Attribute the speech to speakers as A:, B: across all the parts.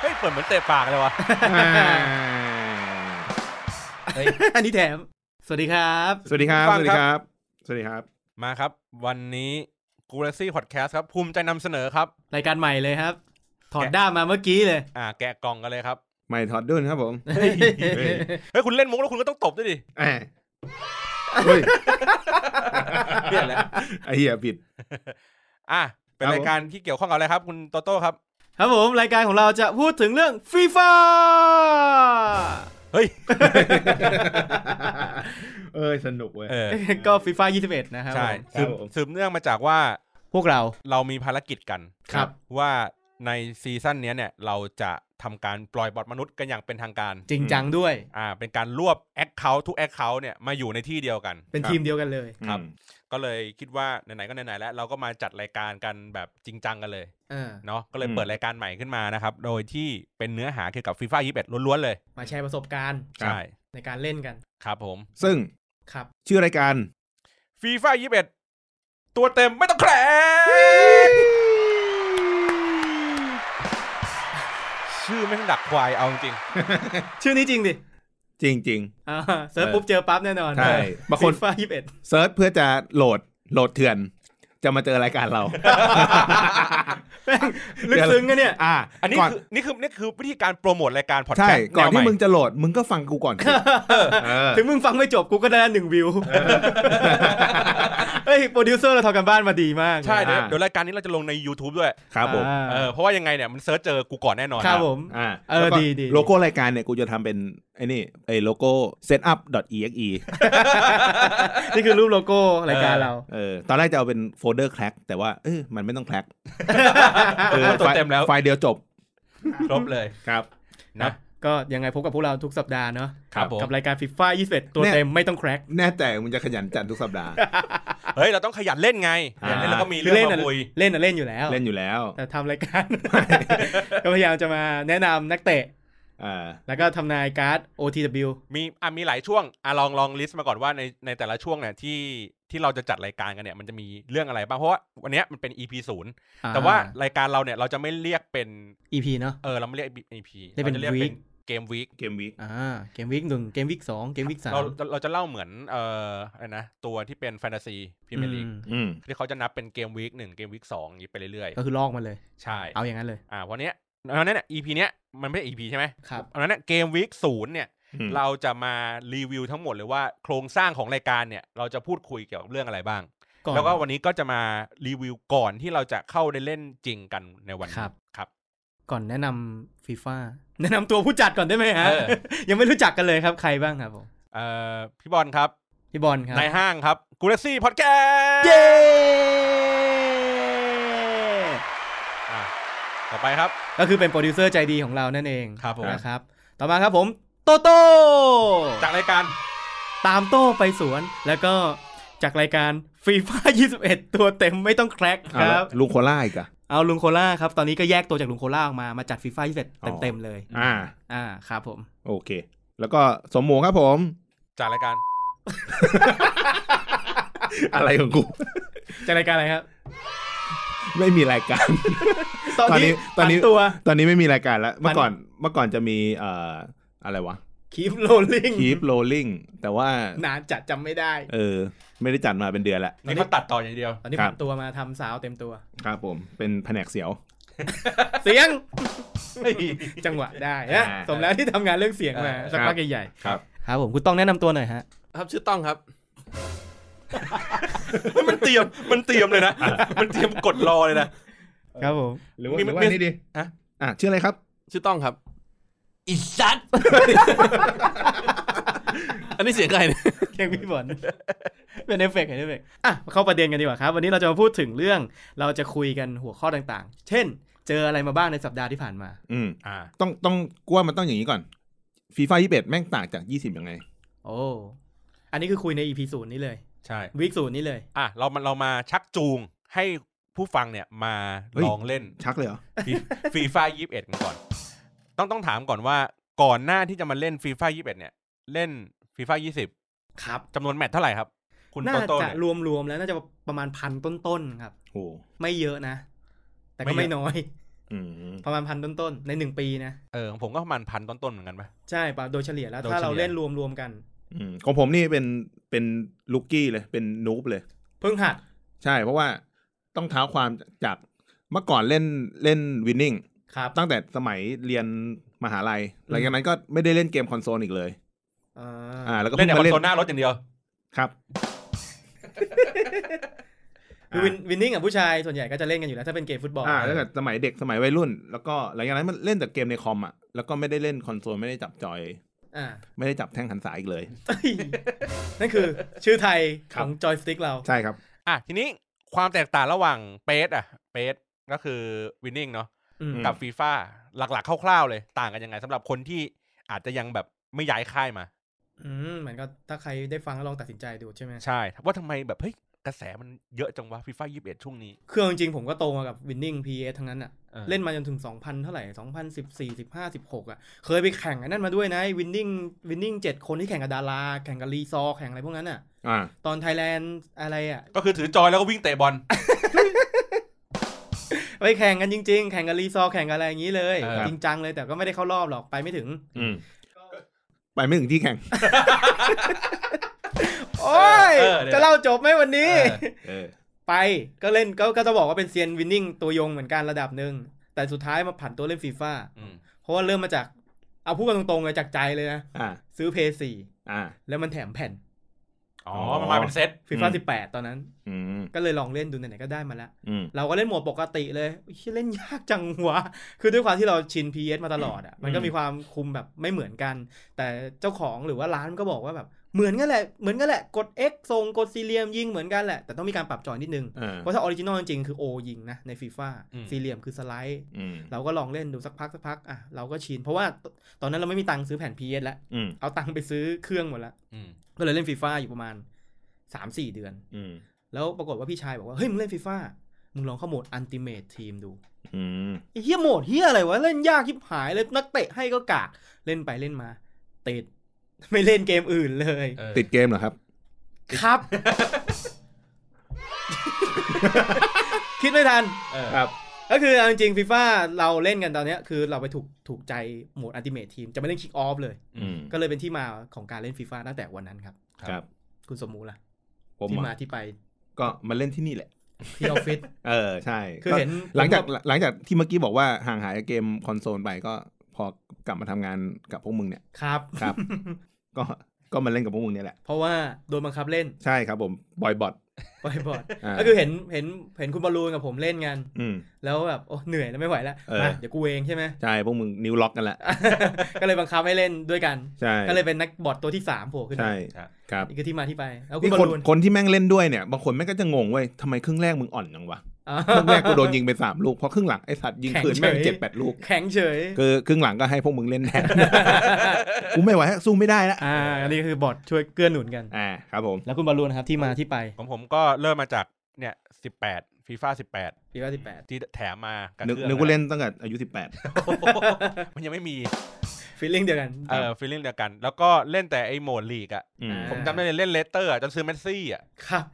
A: เฮ้ยเปิดเหมือนเตะปากเลยวะ เฮ้ย
B: อันนี้แถม สวัสดีครับ
C: สวัสดีครับ
A: ฟั
C: ส
A: งค
C: วัสดี
A: รับ
C: ครับ สวัสดีครับ
A: มาครับ วันนี้กูเลซี่พอดแคสต์ครับ ภูมิใจนำเสนอครับ
B: รายการใหม่เลยครับ ถอดด้ามมาเมื่อกี้เลย
A: อ่า แกะกล่องกันเลยครับ
C: ใหม่ถอดดุนครับผม เฮ้ย
A: เฮ้ย คุณเล่นมุกแล้วคุณก็ต้องตบด้วยดิ
C: แหมเฮ้ย
A: เนี่ยแหละ
C: ไอ้เหี้ยผิด
A: อ่ะเป็นรายการที่เกี่ยวข้องกับอะไรครับ คุณโตโต้ครับ
B: ครับผม รายการของเราจะพูดถึงเรื่องฟรีฟ a
A: เฮ้ย
C: เอ้ย สนุกเว้ย
A: เออ
B: ก็ฟรีฟ a 21 นะครับ
A: ใช่
B: ผม
A: สืบ
C: ครับผม
A: สืบเนื่องมาจากว่า
B: พวกเรา
A: เรามีภารกิจกัน
B: ครับ
A: ว่าในซีซั่นเนี้ยเนี่ย เราจะทำการปล่อยบอทมนุษย์กันอย่างเป็นทางการ
B: จริงจังด้วย
A: อ่า เป็นการรวบแอคเคาท์ทุกแอคเคาท์เนี่ยมาอยู่ในที่เดียวกัน
B: เป็น
C: ครับ
B: ทีมเดียวกันเลย
A: ครับ
C: อืม
A: ก็เลยคิดว่าไหนๆก็ไหนๆแล้ว เราก็มาจัดรายการกันแบบจริงจังกันเลย
B: เออ
A: เนาะก็เลยเปิดรายการใหม่ขึ้นมานะครับ โดยที่เป็นเนื้อหาเกี่ยวกับฟีฟ่า21ล้วนๆเลย
B: มาแชร์ประสบการณ์
A: ใช่
B: ในการเล่นกัน
A: ครับผม
C: ซึ่ง
B: ครับ
C: ชื่อรายการ
A: ฟีฟ่า21 ตัวเต็มไม่ต้องแคร์ชื่อไม่ต้องดักควายเอาจริง
B: ชื่อนี้จริงดิ
C: จริง
B: อ่าเซิร์ช
C: เออ
B: ปุ๊บเจอปั๊บแน่นอน
C: ใช่บางคน
B: ฟรีฟา21
C: ๆเซิร์ชเพื่อจะโหลด โหลดเถื่อน จะมาเจอรายการเรา
B: แม่งลึกซึ้งนะเนี่ย
C: อ่า
A: อันนี้
C: ก่อน
A: คือนี่คือนี่คือวิธีการโปรโมทรายการพอดแค
C: ใช่
A: สต์
C: ก่อนที่
A: แวให
C: มึงจะโหลด มึงก็ฟังกูก่อนสิเออ
B: ถึงมึงฟังไม่จบกูก็ได้หนึ่งวิว เฮ้ย โปรดิวเซอร์เราทำกันบ้านมาดีมาก
A: ใช่เดี๋ยว
C: อ่า
A: เดี๋ยวรายการนี้เราจะลงใน YouTube ด้วย
C: ครับผม
B: อ่า
A: เออเพราะว่ายังไงเนี่ยมันเซิร์ชเจอกูก่อนแน่นอน
B: ครับ
A: นะ
B: ผม
C: อ่า
B: เออ
C: แล้วก็
B: ดีดี
C: โลโก้รายการเนี่ย กูจะทำเป็นไอ้นี่ไอ้โลโก้ setup.exe
B: นี่คือรูปโลโก้รายการเรา
C: เออตอนแรกจะเอาเป็นโฟลเดอร์แคลกแต่ว่าเออมันไม่ต้องแคลก
A: เออตัวเต็มแล้ว
C: ไฟล์เดียวจบ
A: ครบเลย
C: ครับ
A: นะ
B: ก็ยังไงพบกับพวกเราทุกสัปดาห์เนาะ
A: ครับผม
B: กับรายการฟิฟ่า21 ตัว
C: เนี่ย
B: เต็มไม่ต้องแครก
C: แน่ใจมึงจะขยันจัดทุกสัปดาห์
A: เฮ้ย เราต้องขยันเล่นไงข
C: อ่า
A: ยันเล่นแล้วก็มี
B: คื
A: เรื่
B: อ
A: อง
B: เล่น
A: มา
B: อะ
A: คุย
B: เล่นอะเล่นอยู่แล้ว
C: เล่นอยู่แล้ว
B: แต่ทำรายการ ก็พยายามจะมาแนะนำนักเตะ
C: อ่า
B: แล้วก็ทำนายการ์ด OTW
A: มีอ่ะมีหลายช่วงอ่ะลองลองลิสต์มาก่อนว่าในในแต่ละช่วงเนี่ยที่ที่เราจะจัดรายการกันเนี่ยมันจะมีเรื่องอะไรบ้าง เพราะว่าวันเนี้ยมันเป็น EP ศูนย์แต่ว่ารายการเราเนี่ยเราจะไม่เรียกเป็น
B: EP เนาะ
A: เออเราไม่เรียก EP
B: เรียกเป็น
A: จะเรีกเป็น
B: week
A: เกมวีค
C: เกมวีค
B: อ่าเกมวิกหนึ่งเกมวิกสองเกมวิกสาม
A: เราเราเราจะเล่าเหมือนเอ่ออะไรนะตัวที่เป็นแฟนตาซีพรีเมียร์ลีก
B: อืม
C: อืม
A: ที่เขาจะนับเป็นเกมวีคหนึ่งเกมวีคสองอย่างนี้ไปเรื่อย
B: ก็คือลอกมาเลย
A: ๆใช่
B: เอาอย่างนั้นเลย
A: อ่าวันเนี้ยวันนั้นเนี่ย EP เนี้ยมันไม่ใช่ EP ใช่ไหม
B: ครับ
A: วันนั้นเนี่ยเกมวีคศูนย์เนี่ย เราจะมารีวิวทั้งหมดเลยว่าโครงสร้างของรายการเนี่ย เราจะพูดคุยเกี่ยวกับเรื่องอะไรบ้าง
B: ก่อน
A: แล้วก็วันนี้ก็จะมารีวิวก่อนที่เราจะเข้าได้เล่นจริงกันในวันนี้
B: ครับ
A: ครับ
B: ก่อนแนะนำฟีฟ่าแนะนำตัวผู้จัดก่อนได้ไหมฮะ
A: เออ
B: ยังไม่รู้จักกันเลยครับใครบ้างครับผม
A: เอ่อพี่บอลครับ
B: พี่บอลครับ
A: นายห้างครับกูเล็กซี่พอดแคสต์
B: เย้
A: อ่ะต่อไปครับ
B: ก็คือเป็นโปรดิวเซอร์ใจดีของเรานั่นเอง
A: ครับผม
B: นะครับ ต่อมาครับผม โตโต้
A: จากรายการ
B: ตามโต้ไปสวนแล้วก็จากรายการฟีฟ่า21 ตัวเต็มไม่ต้องแครก
C: เอา
B: ค
C: ละ
B: รับ
C: ลุงโคล่าอีกอ่ะ
B: เอาลุงโคล่าครับ ตอนนี้ก็แยกตัวจากลุงโคล่าออกมามาจัดฟีฟ่า
C: อ๋อ
B: 21เต็มๆเลย
C: อ่า
B: อ่าครับผม
C: โอเค แล้วก็สมหมูครับผม
A: จากรายการ
C: อะไรของกู
B: จากรายการอะไรครับ
C: ไม่มีรายการ ตอนนี้ตอนนี้
B: ตัว
C: ตอนนี้ไม่มีรายการแล้วเมื่อก่อนเมื่อก่อนจะมีเอ่ออะไรวะ
B: คีฟโรลลิง
C: คีฟโรลลิงแต่ว่าน
B: านจัดจำไม่ได้
C: เออ ไม่ได้จัดมาเป็นเดือนละ
A: นี่เขาตัดต่ออย่างเดียว
B: ตอนนี้
C: ค
B: ผ
C: รับ
B: มตัวมาทำสาวเต็มตัว
C: ครับผมเป็นแผนกเสียว
B: เสียง จังหวะได้ฮะ
C: อ่า
B: สมแล้วที่ทำงานเรื่องเสียงมา
A: เออ
B: สักพั
C: ค
B: ก
C: รับ
B: ใหญ่
C: ครับ
B: ๆครับผมคุณต้องแนะนำตัวหน่อยฮะ
D: ครับชื่อต้องครับ
A: มันเตรียมมันเตรียมเลยนะ มันเตรียมกดรอเลยนะ
B: ครับผม
C: หรือว่า
A: มี
C: หรือว่า
A: มี
C: นี่ดิ
A: ฮะ
C: อ่ะชื่ออะไรครับ
D: ชื่อต้องครับอีสัต อันนี้เสียงใครเนี่ย
B: เสียงพี่บอล เป็นเอฟเฟกต์เห็นเอฟเฟกต์อ่ะมาเข้าประเด็นกันดีกว่าครับ วันนี้เราจะมาพูดถึงเรื่องเราจะคุยกันหัวข้อต่างๆ เช่น เจออะไรมาบ้างในสัปดาห์ที่ผ่านมา
C: อืม
A: อ่า
C: ต้องต้องกว่ามันต้องอย่างนี้ก่อนฟีฟ่ายี่สิบเอ็ดแม่งต่างจากยี่สิบยังไง
B: โอ้อันนี้คือคุยใน EP ศูนย์นี้เลย
A: ใช่
B: วีคศูนย์นี้เลย
A: อ่ะเรามาเรามาชักจูง ให้ผู้ฟังเนี่ยมา
C: เฮ้ย
A: ลองเล่น
C: ชักเลยเหรอ
A: ฟีฟ่ายี่สิบเอ็ดก่อน ต้องต้องถามก่อนว่าก่อนหน้าที่จะมาเล่นฟีฟ่ายี่สิบเอ็ดเนี่ย เล่นฟีฟ่ายี่สิบ
B: ครับ
A: จำนวนแมตช์เท่าไหร่ครับ คุณ
B: น่า
A: โตโต้
B: จะ
A: เนี่ย
B: รวมๆแล้วน่าจะประมาณพันต้นๆครับ
C: โอ้
B: ไม่เยอะนะ แต่ก็
A: ไม่
B: ไม่
A: เยอะ
B: น้อย
C: อืม
B: ประมาณพันต้นๆในหนึ่งปีนะ
A: เออของผมก็ประมาณพันต้นๆเหมือนกันปะ
B: ใช่ป่ะโดยเฉลี่ยแล้ว
A: โดย
B: ถ้า
A: เฉลี่ย
B: เราเล่นรวมๆกัน
C: อืมของผมนี่เป็นเป็นลูกกี้เลยเป็นนูบเลย
B: เพิ่งหัด
C: ใช่เพราะว่าต้องเท้าความจากเมื่อก่อนเล่นเล่นวินนิ่ง
B: ครับ
C: ตั้งแต่สมัยเรียนมหาลัยหลังจากนั้นก็ไม่ได้เล่นเกมคอนโซลอีกเลย
B: อ่า
C: อ่า แล้วก็
A: เล่น
C: เพิ่ง
A: แต่คอน
C: มาเล่น
A: โซลหน้ารถอย่างเดียว
C: ครับ
B: คือวินวินนิ่งกับผู้ชายส่วนใหญ่ก็จะเล่นกันอยู่แล้วถ้าเป็นเกมฟุตบอล
C: อ่าแล้วแต่สมัยเด็กสมัยวัยรุ่น แล้วก็หลังจากนั้นมันเล่นแต่เกมในคอมอ่ะแล้วก็ไม่ได้เล่นคอนโซลไม่ได้จับจอย
B: อ่า
C: ไม่ได้จับแท่งหันสายอีกเลย
B: เอ้ย นั่นคือชื่อไทย
C: ค
B: ข
C: รับ
B: องจอยสติ๊กเรา
C: ใช่ครับ
A: อ่ะทีนี้ความแตกต่างระหว่างเปสอ่ะเปสก็คือวินนิ่งเนาะ
B: อืม
C: ม
A: กับฟีฟ่าหลักๆคร่าวๆเลย ต่างกันยังไงสำหรับคนที่อาจจะยังแบบไม่ย้ายค่ายมา
B: อืมเหมือนก็ถ้าใครได้ฟังก็ลองตัดสินใจดูใช่ไหม
A: ใช่ ว่าทำไมแบบเฮ้ยกระแสมันเยอะจังวะฟีฟ่ายี่สิบเอ็ดช่วงนี้
B: เครื่องจริงๆผมก็โตมากับวินนิ่ง PS ทั้งนั้นอ่ะ
A: เออ
B: เล่นมาจนถึง 2,000 เท่าไหร่ 2,014 15 16อ่ะ เคยไปแข่งอันนั้นมาด้วยนะวินนิ่งวินนิ่ง7คนที่แข่งกับดาราแข่งกับรีซอร์แข่งอะไรพวกนั้นอ่ะ
C: อ่า
B: ตอนไทยแลนด์อะไรอ่ะ
A: ก็คือถือจอยแล้วก็วิ่งเตะบอล
B: ไปแข่งกันจริง ๆ แข่งกับรีซอร์แข่งกับอะไรอย่างนี้เลย
A: เออ
B: จริงจังเลยแต่ก็ไม่ได้เข้ารอบหรอกไปไม่ถึง
C: อืมไปไม่ถึงที่แข่ง
B: โอ้ย
A: เออเดี๋ยว
B: จะเล่าจบไหมวันนี้
A: เอ
C: เออ
B: ไปก็เล่นก็ก็จะบอกว่าเป็นเซียนวินนิ่งตัวยงเหมือนกันระดับหนึ่ง แต่สุดท้ายมาผันตัวเล่นฟีฟ่า
A: อืม
B: เพราะว่าเริ่มมาจาก เอาพูดกันตรงๆเลยจากใจเลยนะ
C: อ่า
B: ซื้อเพย์สี่
C: อ่า
B: แล้วมันแถมแผ่น
A: อ๋อมันมาเป็นเซต
B: ฟีฟ่า
C: อืม
B: สิบแปดตอนนั้น
C: อืม
B: ก็เลยลองเล่นดูไหนๆก็ได้มาแล้ว
C: อืม
B: เราก็เล่นโหมดปกติเลยอุ๊ยเล่นยากจังวะ คือด้วยความที่เราชิน PS มาตลอดอ่ะ มันก็
C: อืม
B: มีความคุมแบบไม่เหมือนกัน แต่เจ้าของหรือว่าร้านก็บอกว่าแบบเหมือนกันแหละ เหมือนกันแหละ กด X ทรงกดสี่เหลี่ยมยิงเหมือนกันแหละ แต่ต้องมีการปรับจอยนิดนึง
C: เออ
B: เพราะถ้าออริจินอลจริงๆ คือ O ยิงนะในฟีฟ่า
A: อืม
B: สี่เหลี่ยมคือสไลด์
C: อืม
B: เราก็ลองเล่นดูสักพักสักพักอ่ะเราก็ชิน เพราะว่าตตอนนั้นเราไม่มีตังค์ซื้อแผ่น PS แล้ว
C: อืม
B: เอาตังค์ไปซื้อเครื่องหมดละ
A: อืม
B: ก็เลยเล่นฟีฟ่าอยู่ประมาณสามสี่เดือน
C: อืม
B: แล้วปรากฏว่าพี่ชายบอกว่าเฮ้ยมึงเล่นฟีฟ่ามึงลองเข้าโหมดอันติเมททีมดู
C: อืม
B: ไอ้เฮียโหมดเฮียอะไรวะ เล่นยากคิบหายเลยนักเตะให้ก็กากเล่นไปเล่นมา ติด ไม่เล่นเกมอื่นเลย
A: เออ
C: ติดเกมเหรอครับ
B: ครับ คิดไม่ทัน
A: เออ
C: ครับ
B: ก็คือเอาจริงฟีฟ่าเราเล่นกันตอนเนี้ยคือเราไปถูกถูกใจโหมดอันติเมททีมจะไม่เล่นคิกออฟเลย
C: อืม
B: ก็เลยเป็นที่มาของการเล่นฟีฟ่าตั้งแต่วันนั้นครับ
C: ครับ
B: คุณสมมูล่ะ
C: ผม
B: ที่มา
C: อ่ะ
B: ที่ไป
C: ก็มาเล่นที่นี่แหละ
B: ที่ออฟฟิศ
C: เออ ใช่
B: คือ
C: ก็
B: เห็น
C: หลังจากหลังจากที่เมื่อกี้บอกว่าห่างหายจากเกมคอนโซลไปก็พอกลับมาทำงานกับพวก มึงเนี่ย
B: ครับ
C: ครับ ก็ ก็มาเล่นกับพวกมึงเนี่ยแหละ
B: เพราะว่าโดนบังคับเล่น
C: ใช่ครับผม บอยบอท
B: บอยบอด
C: อ่า
B: ก็คือเห็นเห็นเห็นคุณบอลลูนกับผมเล่นกัน
C: อืม
B: แล้วแบบโอ้เหนื่อยแล้วไม่ไหวแล้ว
C: เออ
B: มาเดี๋ยวกูเองใช่ไหม
C: ใช่ พวกมึงนิ้วล็อกกันแหละ
B: ก็เลยบังคับให้เล่นด้วยกัน
C: ใช่
B: ก็เลยเป็นนักบอดตัวที่สามโผล่ขึ้นมา
C: ใช่
A: ใช่
C: ครับ
B: นี่คือที่มาที่ไปแล้วคุณ
C: นี่
B: บอ
C: ค
B: ล
C: น
B: ลูน
C: คนที่แม่งเล่นด้วยเนี่ย บางคนแม่งก็จะงงเว้ยทำไมครึ่งแรกมึงอ่อนจั งวะ
B: อ่า
C: ครึ่งแรกกูโดนยิงไปสามลูก เพราะครึ่งหลังไอ้สัตว์ยิง
B: แข็ง
C: คืนแม่ง
B: เฉย
C: เจ็ดแปดลูก
B: แข็งเฉย
C: คือครึ่งหลังก็ให้พวกมึงเล่นแทน กูไม่ไหวฮะสู้ไม่ได้ละ
B: อ่า อันนี้คือบอดช่วยเกื้อหนุนกัน
C: อ่าครับผม
B: แล้วคุณบอลลูนนะครับที่มาที่ไป
A: ของผมก็เริ่มมาจากเนี่ยสิบแปดฟีฟ่าสิบแปด
B: ปีว่าสิบแปด
A: ที่แถมมากับ
C: นึก
A: เครื่อง
C: นึกว่าเล่นตั้งแต่อายุสิบแปด
A: โอ้โห มันยังไม่มี
B: ฟีลลิ่งเดียวกัน
A: เออฟีลลิ่งเดียวกัน แล้วก็เล่นแต่ไอ้โหมดลีกอ่ะ
B: อ่า
A: ผมจำได้เลยเล่นเลสเตอร์อะจนซื้อเมสซี่อ่ะ
B: ครับ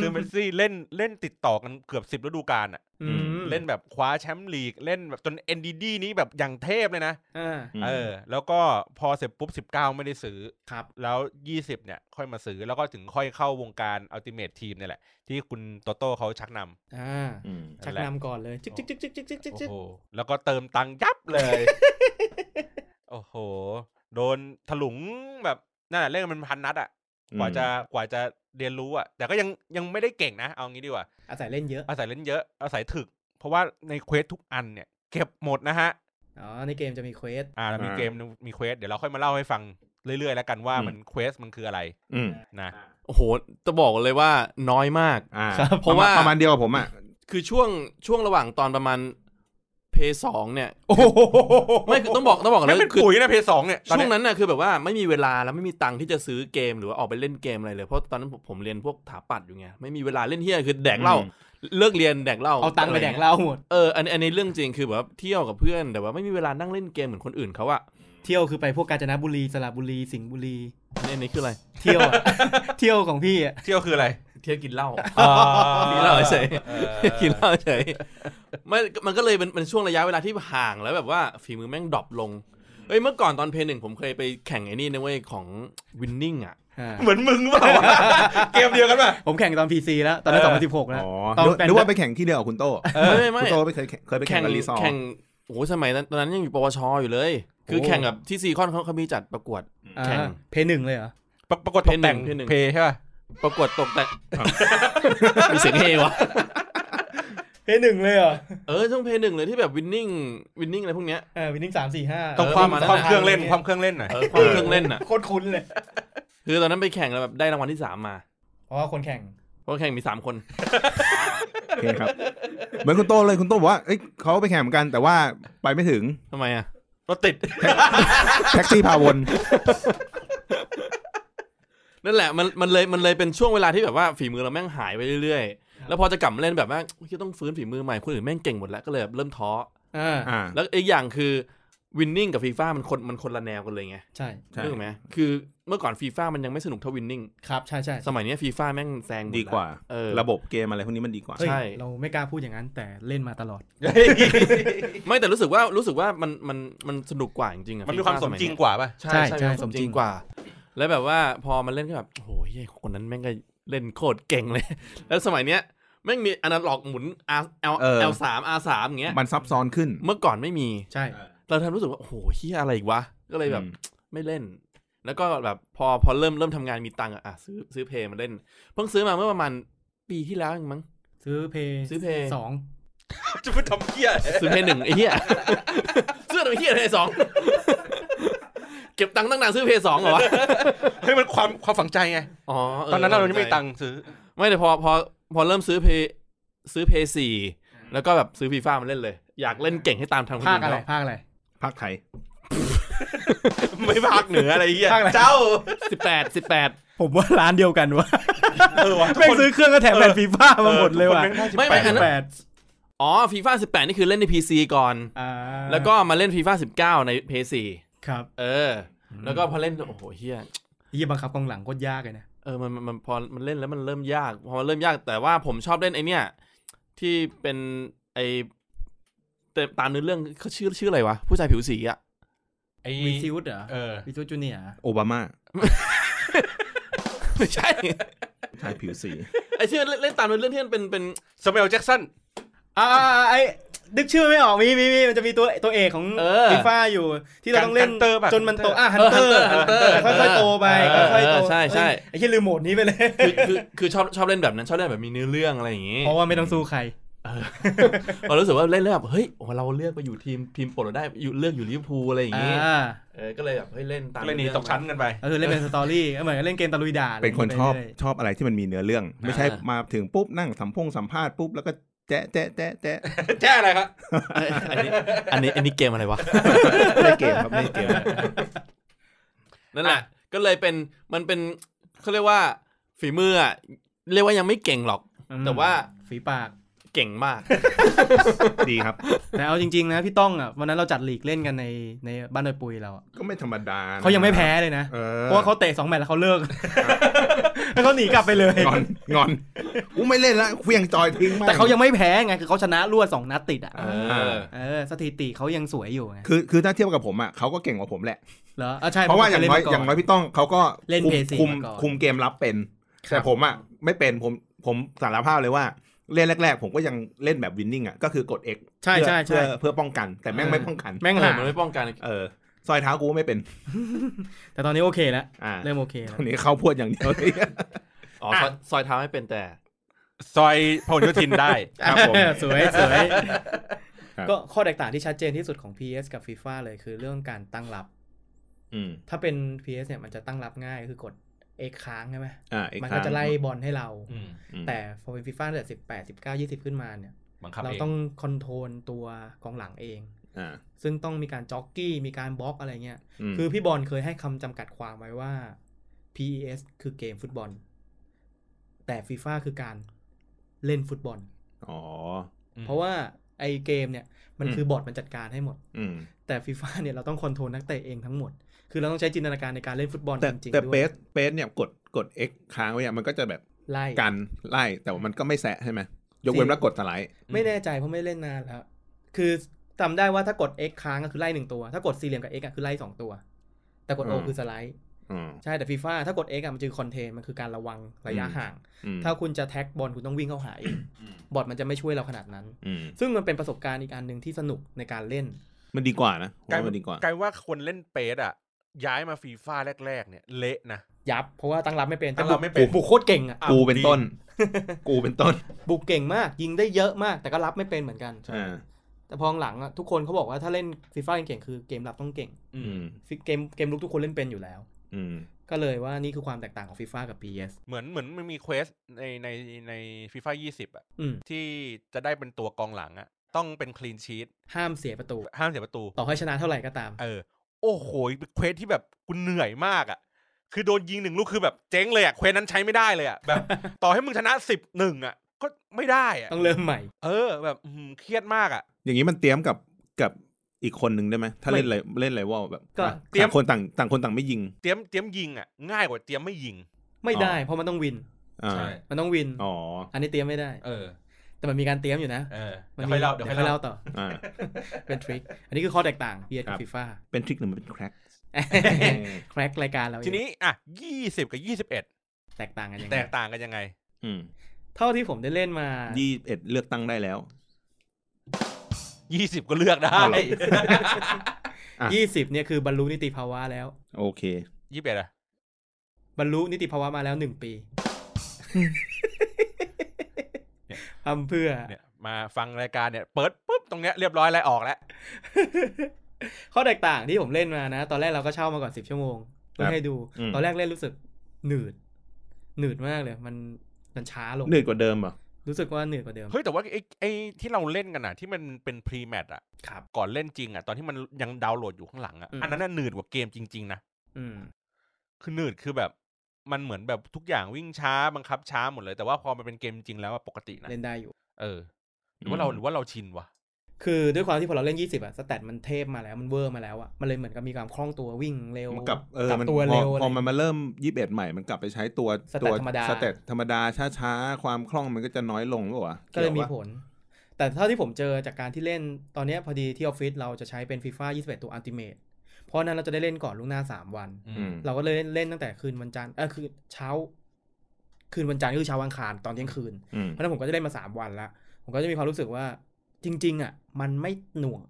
A: ซื้อเมสซี่เล่นเล่นติดต่อกันเกือบสิบฤดูกาลอ่ะ
B: อืม
A: เล่นแบบคว้าแชมป์ลีก เล่นแบบจน NDD นี้แบบอย่างเทพเลยนะ
B: อ่า
A: เออ แล้วก็พอเสร็จปุ๊บ 19 ไม่ได้ซื้อ
B: ครับ
A: แล้ว 20 เนี่ย ค่อยมาซื้อ แล้วก็ถึงค่อยเข้าวงการอัลติเม e ทีมเนี่ยแหละ ที่คุณโตโต้เขาชักนำ
B: อ่า ชักนำก่อนเลยจึ๊กจึ๊กจึ๊กจึ๊กจึ๊กจึ๊ก
A: โอ้
B: จึ๊ก
A: โห แล้วก็เติมตังค์ยับเลย โอ้โห โดนถลุงแบบนั่นแหละเล่นกันเป็นพันนัดอ่ะ กว่าจะกว่าจะเรียนรู้อ่ะ แต่ก็ยังยังไม่ได้เก่งนะ เอางี้ดีกว่า
B: อาศัยเล่นเยอะ
A: อาศัยเล่นเยอะ อาศัยถึก เพราะว่าในเควสทุกอันเนี่ย เก็บหมดนะฮะ
B: อ๋อ ในเกมจะมีเควส
A: อ่าเรามี
C: อ่า
A: เกมหนึ่งมีเควส เดี๋ยวเราค่อยมาเล่าให้ฟังเรื่อยๆ แล้วกันว่า
C: อืม
A: มันเควสมันคืออะไร
C: อืม
A: นะ
D: โอ้โห จะบอกเลยว่าน้อยมาก
C: อ่า
B: ครับ
C: เพราะว่า
D: ป
C: ประ
D: มาณ
C: ระมาณเดียวกับผมอ่ะ
D: คือช่วงช่วงระหว่างตอนประมาณเพย์สองเนี่ย
B: โอ้โห
D: ไม่คือต้องบอกต้องบอกก่อนเล
A: ไม่
D: ย
A: เป็น
D: คือ
A: ปุ๋ยนะเพย์สองเนี่ยตอ
D: ช่วงนั้นน่ะคือแบบว่าไม่มีเวลาแล้วไม่มีตังค์ที่จะซื้อเกมหรือว่าออกไปเล่นเกมอะไรเลยเพราะตอนนั้นผมผมเรียนพวกถาปัดอยู่ไงไม่มีเวลาเล่นเฮียคือแดกเหล้า
C: อืม
D: เลิกเรียนแดกเหล้า
B: เอาตังค์ไปแดกเหล้าหมด
D: เอออันอันนี้เรื่องจริงคือแบบว่าเที่ยวกับเพื่อนแต่ว่าไม่มีเวลานั่งเล่นเกมเหมือนคนอื่นเขาอะ
B: เที่ยวคือไปพวกกาญจนบุรีสระบุรีสิงห์บุรี
D: อันอันนี้คืออะไร
B: เที่ยวอะ เที่ยวของพี่อะ
A: เที่ยวคืออะไร
D: เที่ยวกินเหล้า
A: อ๋อ
D: กินเหล้าเฉย
A: ออ
D: กินเหล้าเฉยไม่มันก็เลยเป็นเป็นช่วงระยะเวลาที่ห่างแล้วแบบว่าฝีมือแม่งดรอปลงเอ้ยเมื่อก่อนตอนเพย์หนึ่งผมเคยไปแข่งไอ้นี่นะเว้ยของวินนิ่งอ่ะ
B: อ่า
A: เหมือนมึงเปล่าวะเกมเดียวกันป่ะ
B: ผมแข่งตอน PC แล้ว ตอนนั้น
A: เออ
B: สองพันสิบหกแล้ว
C: อ๋อ
B: ตอน
C: นึก
B: เป็น
C: นึกว่าไปแข่งที่เดียวกับคุณโต้
D: ไม่ไม่ไม่
C: คุณโต้ไปเคยแข่งเคยไปแข่งกับรีซอร์
D: แข่งโอ้โหสมัยนั้นตอนนั้นยังอยู่ปวชอยู่เลย คือแข่งกับที่ซีคอนเขาเขามีจัดประกวด แข่ง
B: เพย์หนึ่งเลยเหรอ
A: ปรปรากฏตกแต่ง
D: เพลงหนึ่ง
A: เพลงใช่ป่ะ
D: ประกวดตกแต่ง มีเสียงเฮวะ
B: เพย์หนึ่งเลยเหรอ
D: เออช่วงเพย์หนึ่งเลยที่แบบวินนิ่งวินนิ่งอะไรพวกเนี้ย
B: อ่าวินนิ่งสามสี่ห้า
A: ต้องความ
D: เออประมาณนั้น
A: ความเครื่องเล่นความเครื่องเล่นหน่อย
D: เออความเครื่องเล่นอ่ะ
B: โคตรคุ้นเลย
D: คือตอนนั้นไปแข่งแล้วแบบได้รางวัลที่สามมา
B: เพราะว่าคนแข่ง
D: เพราะแข่งมีสามคน
C: โอเคครับ เหมือนคุณโต้เลยคุณโต้บอกว่าเอ้ยเขาไปแข่งเหมือนกัน แต่ว่าไปไม่ถึง
D: ทำไมอ่ะ
A: รถติด
C: แท็กซี่พาวน
D: นั่นแหละมันมันเลยมันเลยเป็นช่วงเวลาที่แบบว่าฝีมือเราแม่งหายไปเรื่อยๆ แล้วพอจะกลับมาเล่นแบบว่าคิดต้องฟื้นฝีมือใหม่คนอื่นแม่งเก่งหมดแล้วก็เลยแบบเริ่มท้อ
B: อ่า
C: อ่า
D: แล้วอีกอย่างคือวินนิ่งกับฟีฟ่ามันคนมันคนละแนวกันเลยไง
B: ใช่
C: ใช่
D: นึกออกไหมคือเมื่อก่อนฟีฟ่ามันยังไม่สนุกเท่าวินนิ่ง
B: ครับใช่ใช่
D: สมัยเนี้ฟีฟ่าแม่งแซงหมด
C: ดี
D: แล้
C: กว่า
D: เออ
C: ระบบเกมอะไรพวกนี้มันดีกว่า
B: เฮ้ย
D: ใช่
B: เราไม่กล้าพูดอย่างนั้น แต่เล่นมาตลอด
D: ไม่แต่รู้สึกว่ารู้สึกว่ามันมันมันสนุกกว่าจริงๆอะ
A: มันมีความสมจริงกว่าป่ะ
D: ใช่
B: ใช่
D: ใช่
B: ใช่
D: มันสมจ
B: ส
D: ริ
B: มจริ
D: ง
B: ง
D: กว่า แล้วแบบว่าพอมันเล่นก็แบบโอ้โหเหี้ยคนนั้นแม่งก็เล่นโคตรเก่งเลย แล้วสมัยเนี้ยแม่งมีอนาล็อกหมุน R L
C: เออ
D: L สาม R สามอย่างเงี้ย
C: มันซับซ้อนขึ้น
D: เมื่อก่อนไม่มี
B: ใช่
D: เราทำรู้สึกว่าโอ้โหเฮียอะไรอีกวะ ก็เลยแบบ
C: อืม
D: ไม่เล่น แล้วก็แบบพอพอเริ่มเริ่มทำงานมีตังค์อะอ่ะซื้อซื้อเพย์มาเล่น เพิ่งซื้อมาเมื่อประมาณปีที่แล้วเองมั้ง
B: ซื้อเพย์
D: ซื้อเพย์
B: สอง
A: จะไปทำเพี้ย
D: ซื้อเพย์หนึ่งไอ้เฮีย ซื้อทำไมเฮียเพย์สอง เก็บตังค์ตั้งนานซื้อเพย์สองเหรอวะ
A: เฮ้ยมันความความฝังใจไง
D: อ๋อ
A: ตอนนั้นเรายังไม่มีตังค์ซื้อ
D: ไม่แต่พอพอพอเริ่มซื้อเพย์ซื้อเพย์สี่แล้วก็แบบซื้อฟีฟ่ามาเล่นเลย อยากเล่นเก่งให้ตามทางคน
B: ภา
D: อื่
B: คน อะไร
D: เขา
B: ภาคอะไร
C: ภาคไทย
A: ไม่ภาคเหนืออะไรเงี้ย
B: ภาคอะไร
A: เจ้า
D: สิบแปดสิบแปด
B: ผมว่าร้านเดียวกันวะ
A: เออว่ะทุก
B: แม่ง
A: คน
B: ซื้อเครื่องก็แถมแผ่นฟีฟ่ามาหมดเลย
A: ออ
B: ว่ะ
A: ทุกคนแงด้18
D: ไม่ไม่อันนั้
B: แป
D: น
B: ด
D: อ๋อฟีฟ่าสิบแปดนี่คือเล่นในพีซีก่อน
B: อ่า
D: แล้วก็มาเล่นฟีฟ่าสิบเก้าในเพย์สี่
B: ครับ
D: เออ แล้วก็พอเล่น โอ้โหเฮีย
B: ยี่บังคับกองหลังโคตรยากเลยนะ
D: เออมันมันมันพอมันเล่นแล้วมันเริ่มยาก พอมันเริ่มยาก แต่ว่าผมชอบเล่นไอเนี้ยที่เป็นไอแต่ตามเนื้อเรื่องเขาชื่อชื่ออะไรวะ ผู้ชายผิวสีอะ
A: ไอ้
B: วีซิวส์เหรอ
A: เออ
B: วีซิวส์จูเนียร์
C: โอบามา
D: ไม่ใช่
C: ชายผิวสี
D: ไอชื่อเล่นเล่นตามเนื้อเรื่องที่มันเป็นเป็น
A: สมัยลแจ็กสัน
B: อ่าไอ้ดึกชื่อไม่ออกมีมีมีมันจะมีตัวตัวเอกของ
D: เออ
B: ฟีฟ่าอยู่ ที่เราต้องเล่น
A: Hunter ป่ะ
B: จนมันโต อ่ะฮันเตอ
D: Hunter
B: ร์
D: Hunter
B: ค่อยๆโตไป
A: เออ
B: ค่อยๆโต
D: เออใช่ใช่
B: เอ้ยไอ้ที่ลืมโหมดนี้ไปเลย
D: คือคือคือชอบชอบเล่นแบบนั้นชอบเล่นแบบมีเนื้อเรื่องอะไรอย่างงี้
B: เพราะว่าไม่ต้องสู้ใคร
D: เรารู้สึกว่าเล่นแล้วแบบเฮ้ยโอ้เราเลือกไปอยู่ทีมทีมโปรดเราได้อยู่เลือกอยู่ลิเวอร์พูลอะไรอย่าง
B: อ่
D: งี้
B: า
D: เออก็เลยแบบเฮ้ยเล่นตาม
A: ก็เลยหนี
D: รื่ง
A: ตกชั้นกันไป
B: ก็คือเล่นเป็นสตอรี่ก็เหมือนกับเล่นเกมตะลุยด่า
C: เป็นคนชอบ
B: รื่ย
C: ชอบอะไรที่มันมีเนื้อเรื่อง ไม่ใช่
D: อ่าม
C: มาถึงปุ๊บนั่งสัมพงสัมภาษณ์ปุ๊บแล้วก็แจ๊ะแจ๊ะแจ๊ะแจ๊ะ
A: แจ้อะไรครับ
D: เอ้ยอัน นี้อันนี้อันนี้เกมอะไรวะ
C: ไม่เกมครับไม่เกม
D: นั่นแหละก็เลยเป็นมันเป็นเขาเรียกว่าฝีมืออะเรียกว่ายังไม่เก่งหรอก
B: ๆอืม
D: แต่ว่า
B: ฝีปาก
D: เก่งมาก
C: ดีครับ
B: แต่เอาจริงๆนะพี่ต้องอ่ะวันนั้นเราจัดลีกเล่นกันในในบ้านดอยปุยเราอะ
C: ก็ไม่ธรรมดานะ
B: เขายังไม่แพ้เลยนะ
C: เออ
B: เพราะว่าเขาเตะสองแมตช์แล้วเขาเลิก แล้วเขาหนีกลับไปเลย
C: งอนงอนกูไม่เล่นละเควียงจอยทิ้งม่
B: แต่เขายังไม่แพ้ไงคือเขาชนะรวดสองนัดติดอ่ะ
D: เออ
B: เออสถิติเขายังสวยอยู่ไง
C: คือคือถ้าเทียบกับผมอ่ะเขาก็เก่งกว่าผมแหละ
B: เหรออ่ะใช่
C: เพราะว่าอย่างน้อย
B: เข
C: อ
B: เล่
C: ย่าง
B: ม
C: น้
B: ก่
C: อยพี่ต้องเขาก็
B: เล่น
C: คุม
B: PS4
C: คุม
B: มาก่อน
C: คุมเกมรับเป็น
B: ครับ
C: แต่ผมอ่ะไม่เป็นผมผมสารภาพเลยว่าเล่นแรก ๆ ผมก็ยังเล่นแบบวินนิ่งอ่ะก็คือกด X
B: ใช่
C: เพื่อ
B: ใช่ใช่
C: เพื่อเพื่อป้องกัน แต่แม่งไม่ป้องกัน
B: แม่ง
D: เออ
B: ห่า
D: มันไม่ป้องกัน
C: เออซอยเท้ากูไม่เป็น
B: แต่ตอนนี้โอเคแล้ว
C: อ่า
B: เริ่มโอเคแล้
C: ต
B: ว
C: อนนี้เขาพูดอย่างเดียวเลย
D: อ๋อซอยซอยเท้าไม่เป็น แต่
A: ซอยพหลโยธินได้
C: ครับผม
B: สวยสวย
C: ครับ
B: ก็ข้อแตกต่างที่ชัดเจนที่สุดของ PS กับ FIFA เลยคือเรื่องการตั้งรับ
C: อืม
B: ถ้าเป็น PS เนี่ยมันจะตั้งรับง่ายคือกด X ค้างใช่ไหม
C: อ่าอี
B: มัน
C: ครั้
B: ก็
C: ง
B: จะไล่บอลให้เรา
A: อืม
C: อืม
B: แต่พอเป็น FIFA เหลือ18 19 20 ขึ้นมาเนี่ย
A: บังคับ
B: เรา
A: เอง
B: ต้องคอนโทรลตัวกองหลังเอง
C: อ่า
B: ซึ่งต้องมีการจ็อกกี้มีการบล็อกอะไรเงี้ย
C: ม
B: คือพี่บอลเคยให้คำจำกัดความไว้ว่า PES คือเกมฟุตบอล แต่ FIFA คือการเล่นฟุตบอล
C: อ๋อ
B: เพราะว่าไอเกมเนี่ยมัน
C: อืม
B: คือบอร์ดมันจัดการให้หมด
C: อืม
B: แต่ฟีฟ่าเนี่ยเราต้องคอนโทรลนักเตะเองทั้งหมด คือเราต้องใช้จินตนาการในการเล่นฟุตบอล
C: แต่
B: จริง
C: แต่
B: ๆด้
C: เป
B: วย
C: สเปสเนี่ยกดกด X ค้างไว้เนี่ยมันก็จะแบบ
B: ไล่
C: กันไล่แต่ว่ามันก็ไม่แซะใช่ไหมยกเว้น
B: จริง
C: ว่ากดสไลด์
B: ไม่แน่ใจเพราะไม่เล่นนานแล้ว คือจำได้ว่าถ้ากด X ค้างก็คือไล่หนึ่งตัว ถ้ากดสี่เหลี่ยมกับ X อ่ะคือไล่สองตัว แต่กด O
C: อืม
B: คือสไลด์
C: อืม
B: ใช่แต่ฟีฟ่าถ้ากด X อ่ะมันคือคอนเทนมันคือการระวังระยะ
C: อืม
B: ห่าง
C: อืม
B: ถ้าคุณจะแท็กบอลคุณต้องวิ่งเข้าหาเองบอทมันจะไม่ช่วยเราขนาดนั้น
C: อืม
B: ซึ่งมันเป็นประสบการณ์อีกอันหนึ่งที่สนุกในการเล่น
C: มันดีกว่านะผม
A: กลาย
C: ว่ามันดีกว่า
A: กลายว่าคนเล่นเปสอ่ะ ย้ายมาฟีฟ่าแรก ๆ เนี่ย เละนะ
B: ยับ เพราะว่าตั้งรับไม่เป็น
A: ตั้งรับไม่เป็น
B: บุกโคตรเก่งอ่ะ
C: กูเป็นต้น กูเป็นต้น
B: บุกเก่งมากยิงได้เยอะมาก แต่ก็รับไม่เป็นเหมือนกัน
C: อ่า
B: แต่พอหลังอ่ะทุกคนเขาบอกว่าถ้าเล่นฟีฟ่าเก่งๆคือเกมรับต้องเก่ง
A: อื
C: อื
A: ม
C: ม
B: เกมเกมลุกทุกคนเล่นเป็นอยู่แล้ว
C: อืม
B: ก็เลยว่านี่คือความแตกต่างของฟีฟ่ากับ PS
A: เหมือนเหมือนมันมีเควสในในในฟีฟ่ายี่สิบอ่ะ
B: อืม
A: ที่จะได้เป็นตัวกองหลังอ่ะ ต้องเป็นคลีนชีต
B: ห้ามเสียประตู
A: ห้ามเสียประตู
B: ต่อให้ชนะเท่าไหร่ก็ตาม
A: เออ โอ้โหเป็นเควสที่แบบกูเหนื่อยมากอ่ะ คือโดนยิงหนึ่งลูกคือแบบเจ๊งเลยอ่ะ เควสนั้นใช้ไม่ได้เลยอ่ะ แบบ ต่อให้มึงชนะสิบหนึ่งอ่ะ ก็ไม่ได้อ่ะ
B: ต้องเริ่มใหม่
A: เออ แบบอื้อหือเครียดมากอ่ะ
C: อย่างนี้มันเตรียมกับกับอีกคนหนึ่งได้ไหมถ้า
B: ไม่
C: เล่นไรเล่นไรวอลแบบ
B: ก็
C: ต่าง
A: เตรียม
C: คนต่างต่างคนต่างไม่ยิง
A: เตรียมเตรียมยิงอ่ะ ง่ายกว่าเตรียมไม่ยิง
B: ไม่
C: อ๋อ
B: ได้ เพราะมันต้องวิน
C: อ่า
B: มันต้องวิน
C: อ๋อ
B: อันนี้เตรียมไม่ได้
A: เออ
B: แต่มันมีการเตรียมอยู่นะ
A: เออ
B: มั
A: เดี๋ยวค่อยเล่าเดี๋
B: เดี๋
A: ย
B: ยวว
A: ค่อ
B: ค่อย ย
A: เล่า
B: เล่าต่อ
C: อ่า
B: เป็นทริค อันนี้คือข้อแตกต่าง PS
C: ค
B: กั
C: รั
B: บบ ฟีฟ่า
C: เป็นทริคหรือมันเป็นแคร็ก
B: แครกรายการเราเอง
A: ทีนี้อ่ะยี่สิบกับยี่สิบเอ็ด
B: แตกต่างกันยัง
A: แต
B: ไง
A: กต่างกันยังไง
C: อืม
B: เท่าที่ผมได้เล่นมา
C: ยี่สิบเอ็ดเลือกตั้งได้แล้ว
A: ยี่สิบก็เลือกได้
C: เอาเหรอ อ่ะ
B: ยี่สิบเนี่ยคือบรรลุนิติภาวะแล้ว
C: โอเค
A: ยี่สิบเอ็ดอะ
B: บรรลุนิติภาวะมาแล้วหนึ่งปีทำเพื่อ
A: เนี่ยมาฟังรายการเนี่ยเปิดปุ๊บตรงเนี้ยเรียบร้อยอะไรออกแล้ว
B: ข้อแตกต่างที่ผมเล่นมานะ ตอนแรกเราก็เช่ามาก่อนสิบชั่วโมงเพื่อให้ดู
C: อืม
B: ตอนแรกเล่นรู้สึกหนืด หนืดมากเลย มันมันช้าลง
C: เหนื่อยกว่าเดิมเหรอ
B: รู้สึกว่าหนืดกว่าเดิม
A: เฮ้ยแต่ว่าไอ้ไอ้ที่เราเล่นกันอะที่มันเป็นพรีแมทอะ
B: ครับ
A: ก่อนเล่นจริงอะตอนที่มันยังดาวน์โหลดอยู่ข้างหลังอะ
B: อืม
A: อันนั้นน่ะหนืดกว่าเกมจริง ๆ นะ
B: อืม
A: คือหนืดคือแบบมันเหมือนแบบทุกอย่างวิ่งช้าบังคับช้าหมดเลย แต่ว่าพอมันเป็นเกมจริงแล้วอะปกตินะ
B: เล่นได้อยู่
A: เออหรือว่าเราหรือว่าเราชินวะ
B: คือด้วยความที่พอเราเล่น 20 อ่ะ สแตทมันเทพมาแล้ว มันเวอร์มาแล้วอ่ะ มันเลยเหมือนกับมีความคล่องตัววิ่งเร็ว
C: มันกลับเออ
B: ลับ
C: มัน
B: ตัว
C: พอ
B: เร็ว
C: พอ
B: อะไร
C: มันมาเริ่มยี่สิบเอ็ดใหม่มันกลับไปใช้ตัว
B: สแตท
C: ตัว
B: ธรรมดา
C: สเตตธรรมดาช้าๆ ความคล่องมันก็จะน้อยลงหรือเปล่าวะ
B: ก็เลยมี
C: กี่ววะ
B: ผล แต่เท่าที่ผมเจอจากการที่เล่นตอนเนี้ยพอดีที่ออฟฟิศเราจะใช้เป็น FIFA 21 ตัว Ultimate เพราะฉะนั้นเราจะได้เล่นก่อนล่วงหน้า 3 วัน
A: อื
C: อื
A: ม
C: ม
B: เราก็เลยเล่นตั้งแต่คืนวันจันทร์เออคือเช้า คืนวันจันทร์ก็คือเช้าวันอังคารตอนเที่ยงคืน
C: อืม
B: เพราะฉะนั้นผมก็จะเล่นมา 3 วันละผมก็จะมีความรู้สึกว่าจริง ๆ อ่ะ มันไม่หน่วง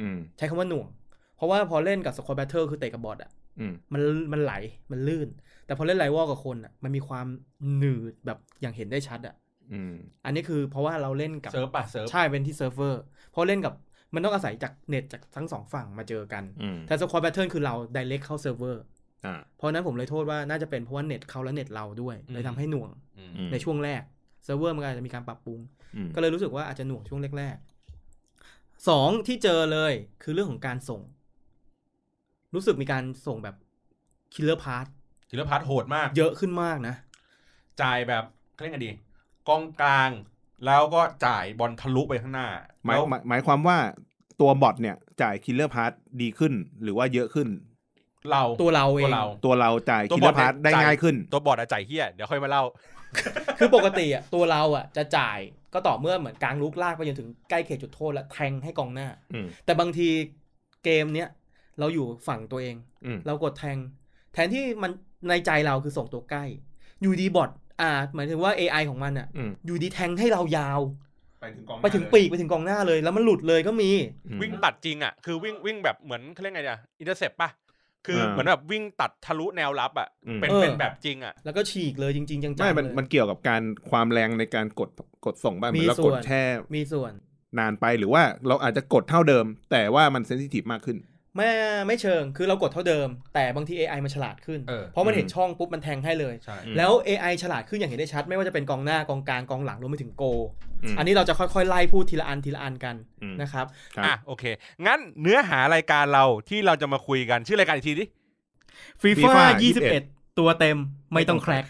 C: อืม
B: ใช้คำว่าหน่วง เพราะว่าพอเล่นกับสควอตแบทเทิลคือเตะกับบอทอ่ะ
C: อืม
B: มันมันไหล มันลื่น แต่พอเล่นไลวอลกับคนอ่ะ มันมีความหนืดแบบอย่างเห็นได้ชัดอ่ะ
C: อืม
B: อันนี้คือเพราะว่าเราเล่นกับ
A: เซิร์ฟปะเซิร์ฟ
B: ใช่เป็นที่เซิร์ฟเวอร์เพราะเล่นกับมันต้องอาศัยจากเน็ตจากทั้งสองฝั่งมาเจอกัน
C: อืม
B: แต่สควอตแบทเทิลคือเราดเรกเข้าเซิร์ฟเวอร์
C: อ่า
B: เพราะฉะนั้นผมเลยโทษว่าน่าจะเป็นเพราะว่าเน็ตเขาและเน็ตเราด้วย เลยทำให้หน่วง
A: อืม
C: อืม
B: ในช่วงแรก เซิร์ฟเวอร์มันก็อาจจะมีการปรับปรุง
C: อืม
B: ก็เลยรู้สึกว่าอาจจะหน่วงช่วงแรกๆสองที่เจอเลยคือเรื่องของการส่ง รู้สึกมีการส่งแบบคิลเลอร์พาร์
A: จิรพัฒน์โหดมาก
B: เยอะขึ้นมากนะ
A: จ่ายแบบเขาเรียกไงดีกองกลาง แล้วก็จ่ายบอลทะลุไปข้างหน้า
C: หมาย
A: แล้ว
C: หมายหมายความว่าตัวบอทเนี่ยจ่ายคิลเลอร์พาร์ดีขึ้น หรือว่าเยอะขึ้น
A: เรา
B: ตัวเราเอ
A: ตัว
B: ง
A: เรา
C: ตัวเราจ่าย
A: ตัว
C: คิล
A: บ
C: เล
A: อ
C: อ
A: ท
C: ร์พาร์
A: เนี่ย
C: ได้
A: จ่าย
C: ง่ายขึ้น
A: ตัวบอดอะจ่ายเฮียเดี๋ยวค่อยมาเล่า
B: คือปกติอ่ะตัวเราอ่ะจะจ่ายก็ต่อเมื่อเหมือนกลางลุกลากไปจนถึงใกล้เขตจุดโทษแล้วแทงให้กองหน้า
C: อืม
B: แต่บางทีเกมเนี้ยเราอยู่ฝั่งตัวเอง
C: อืม
B: เรากดแทง แทนที่มันในใจเราคือส่งตัวใกล้ อยู่ดีบอทอ่า หมายถึงว่า AI ของมันอ่ะ
C: อืม
B: อยู่ดีแทงให้เรายาว
C: ไปถึงกอง
B: ไปถึงปีกไปถึงกองหน้าเลย แล้วมันหลุดเลยก็มี
A: วิ่งตัดจริงอ่ะคือวิ่งวิ่งแบบเหมือนเขาเรียกไงอะอินเตอร์เซปป่ะ คืออา เหมือนแบบวิ่งตัดทะลุแนวรับอ่ะ
C: อืม
A: เป็น
B: เออ
A: เป็นแบบจริงอ่ะ
B: แล้วก็ฉีกเลยจริงๆจังๆ
C: ไม่มัน
B: เลย
C: มันเกี่ยวกับการความแรงในการกดกดส่งบ้างเหมือ
B: มี
C: นเรา
B: ส่
C: ก
B: วน
C: ดแช่
B: มีส่วน
C: นานไปหรือว่าเราอาจจะกดเท่าเดิม แต่ว่ามันเซนซิทีฟมากขึ้น
B: ไม่ไม่เชิง คือเรากดเท่าเดิม แต่บางที AI มันฉลาดขึ้น
A: เออ
B: เพราะมันเห็น
C: อืม
B: ช่องปุ๊บมันแทงให้เลย
A: ใช่
C: อืม
B: แล้ว AI ฉลาดขึ้นอย่างเห็นได้ชัด ไม่ว่าจะเป็นกองหน้ากองกลางกองหลังรวมไปถึงโก
C: ม
B: อันนี้เราจะค่อยๆ ไล่พูดทีละอันทีละอันกัน
C: อืม
B: นะครับ
C: ครับ
A: อ่ะโอเค งั้นเนื้อหารายการเราที่เราจะมาคุยกันชื่อรายการอีกทีดิ
C: FIFA 21
B: ตัวเต็มไม่ต้องแครก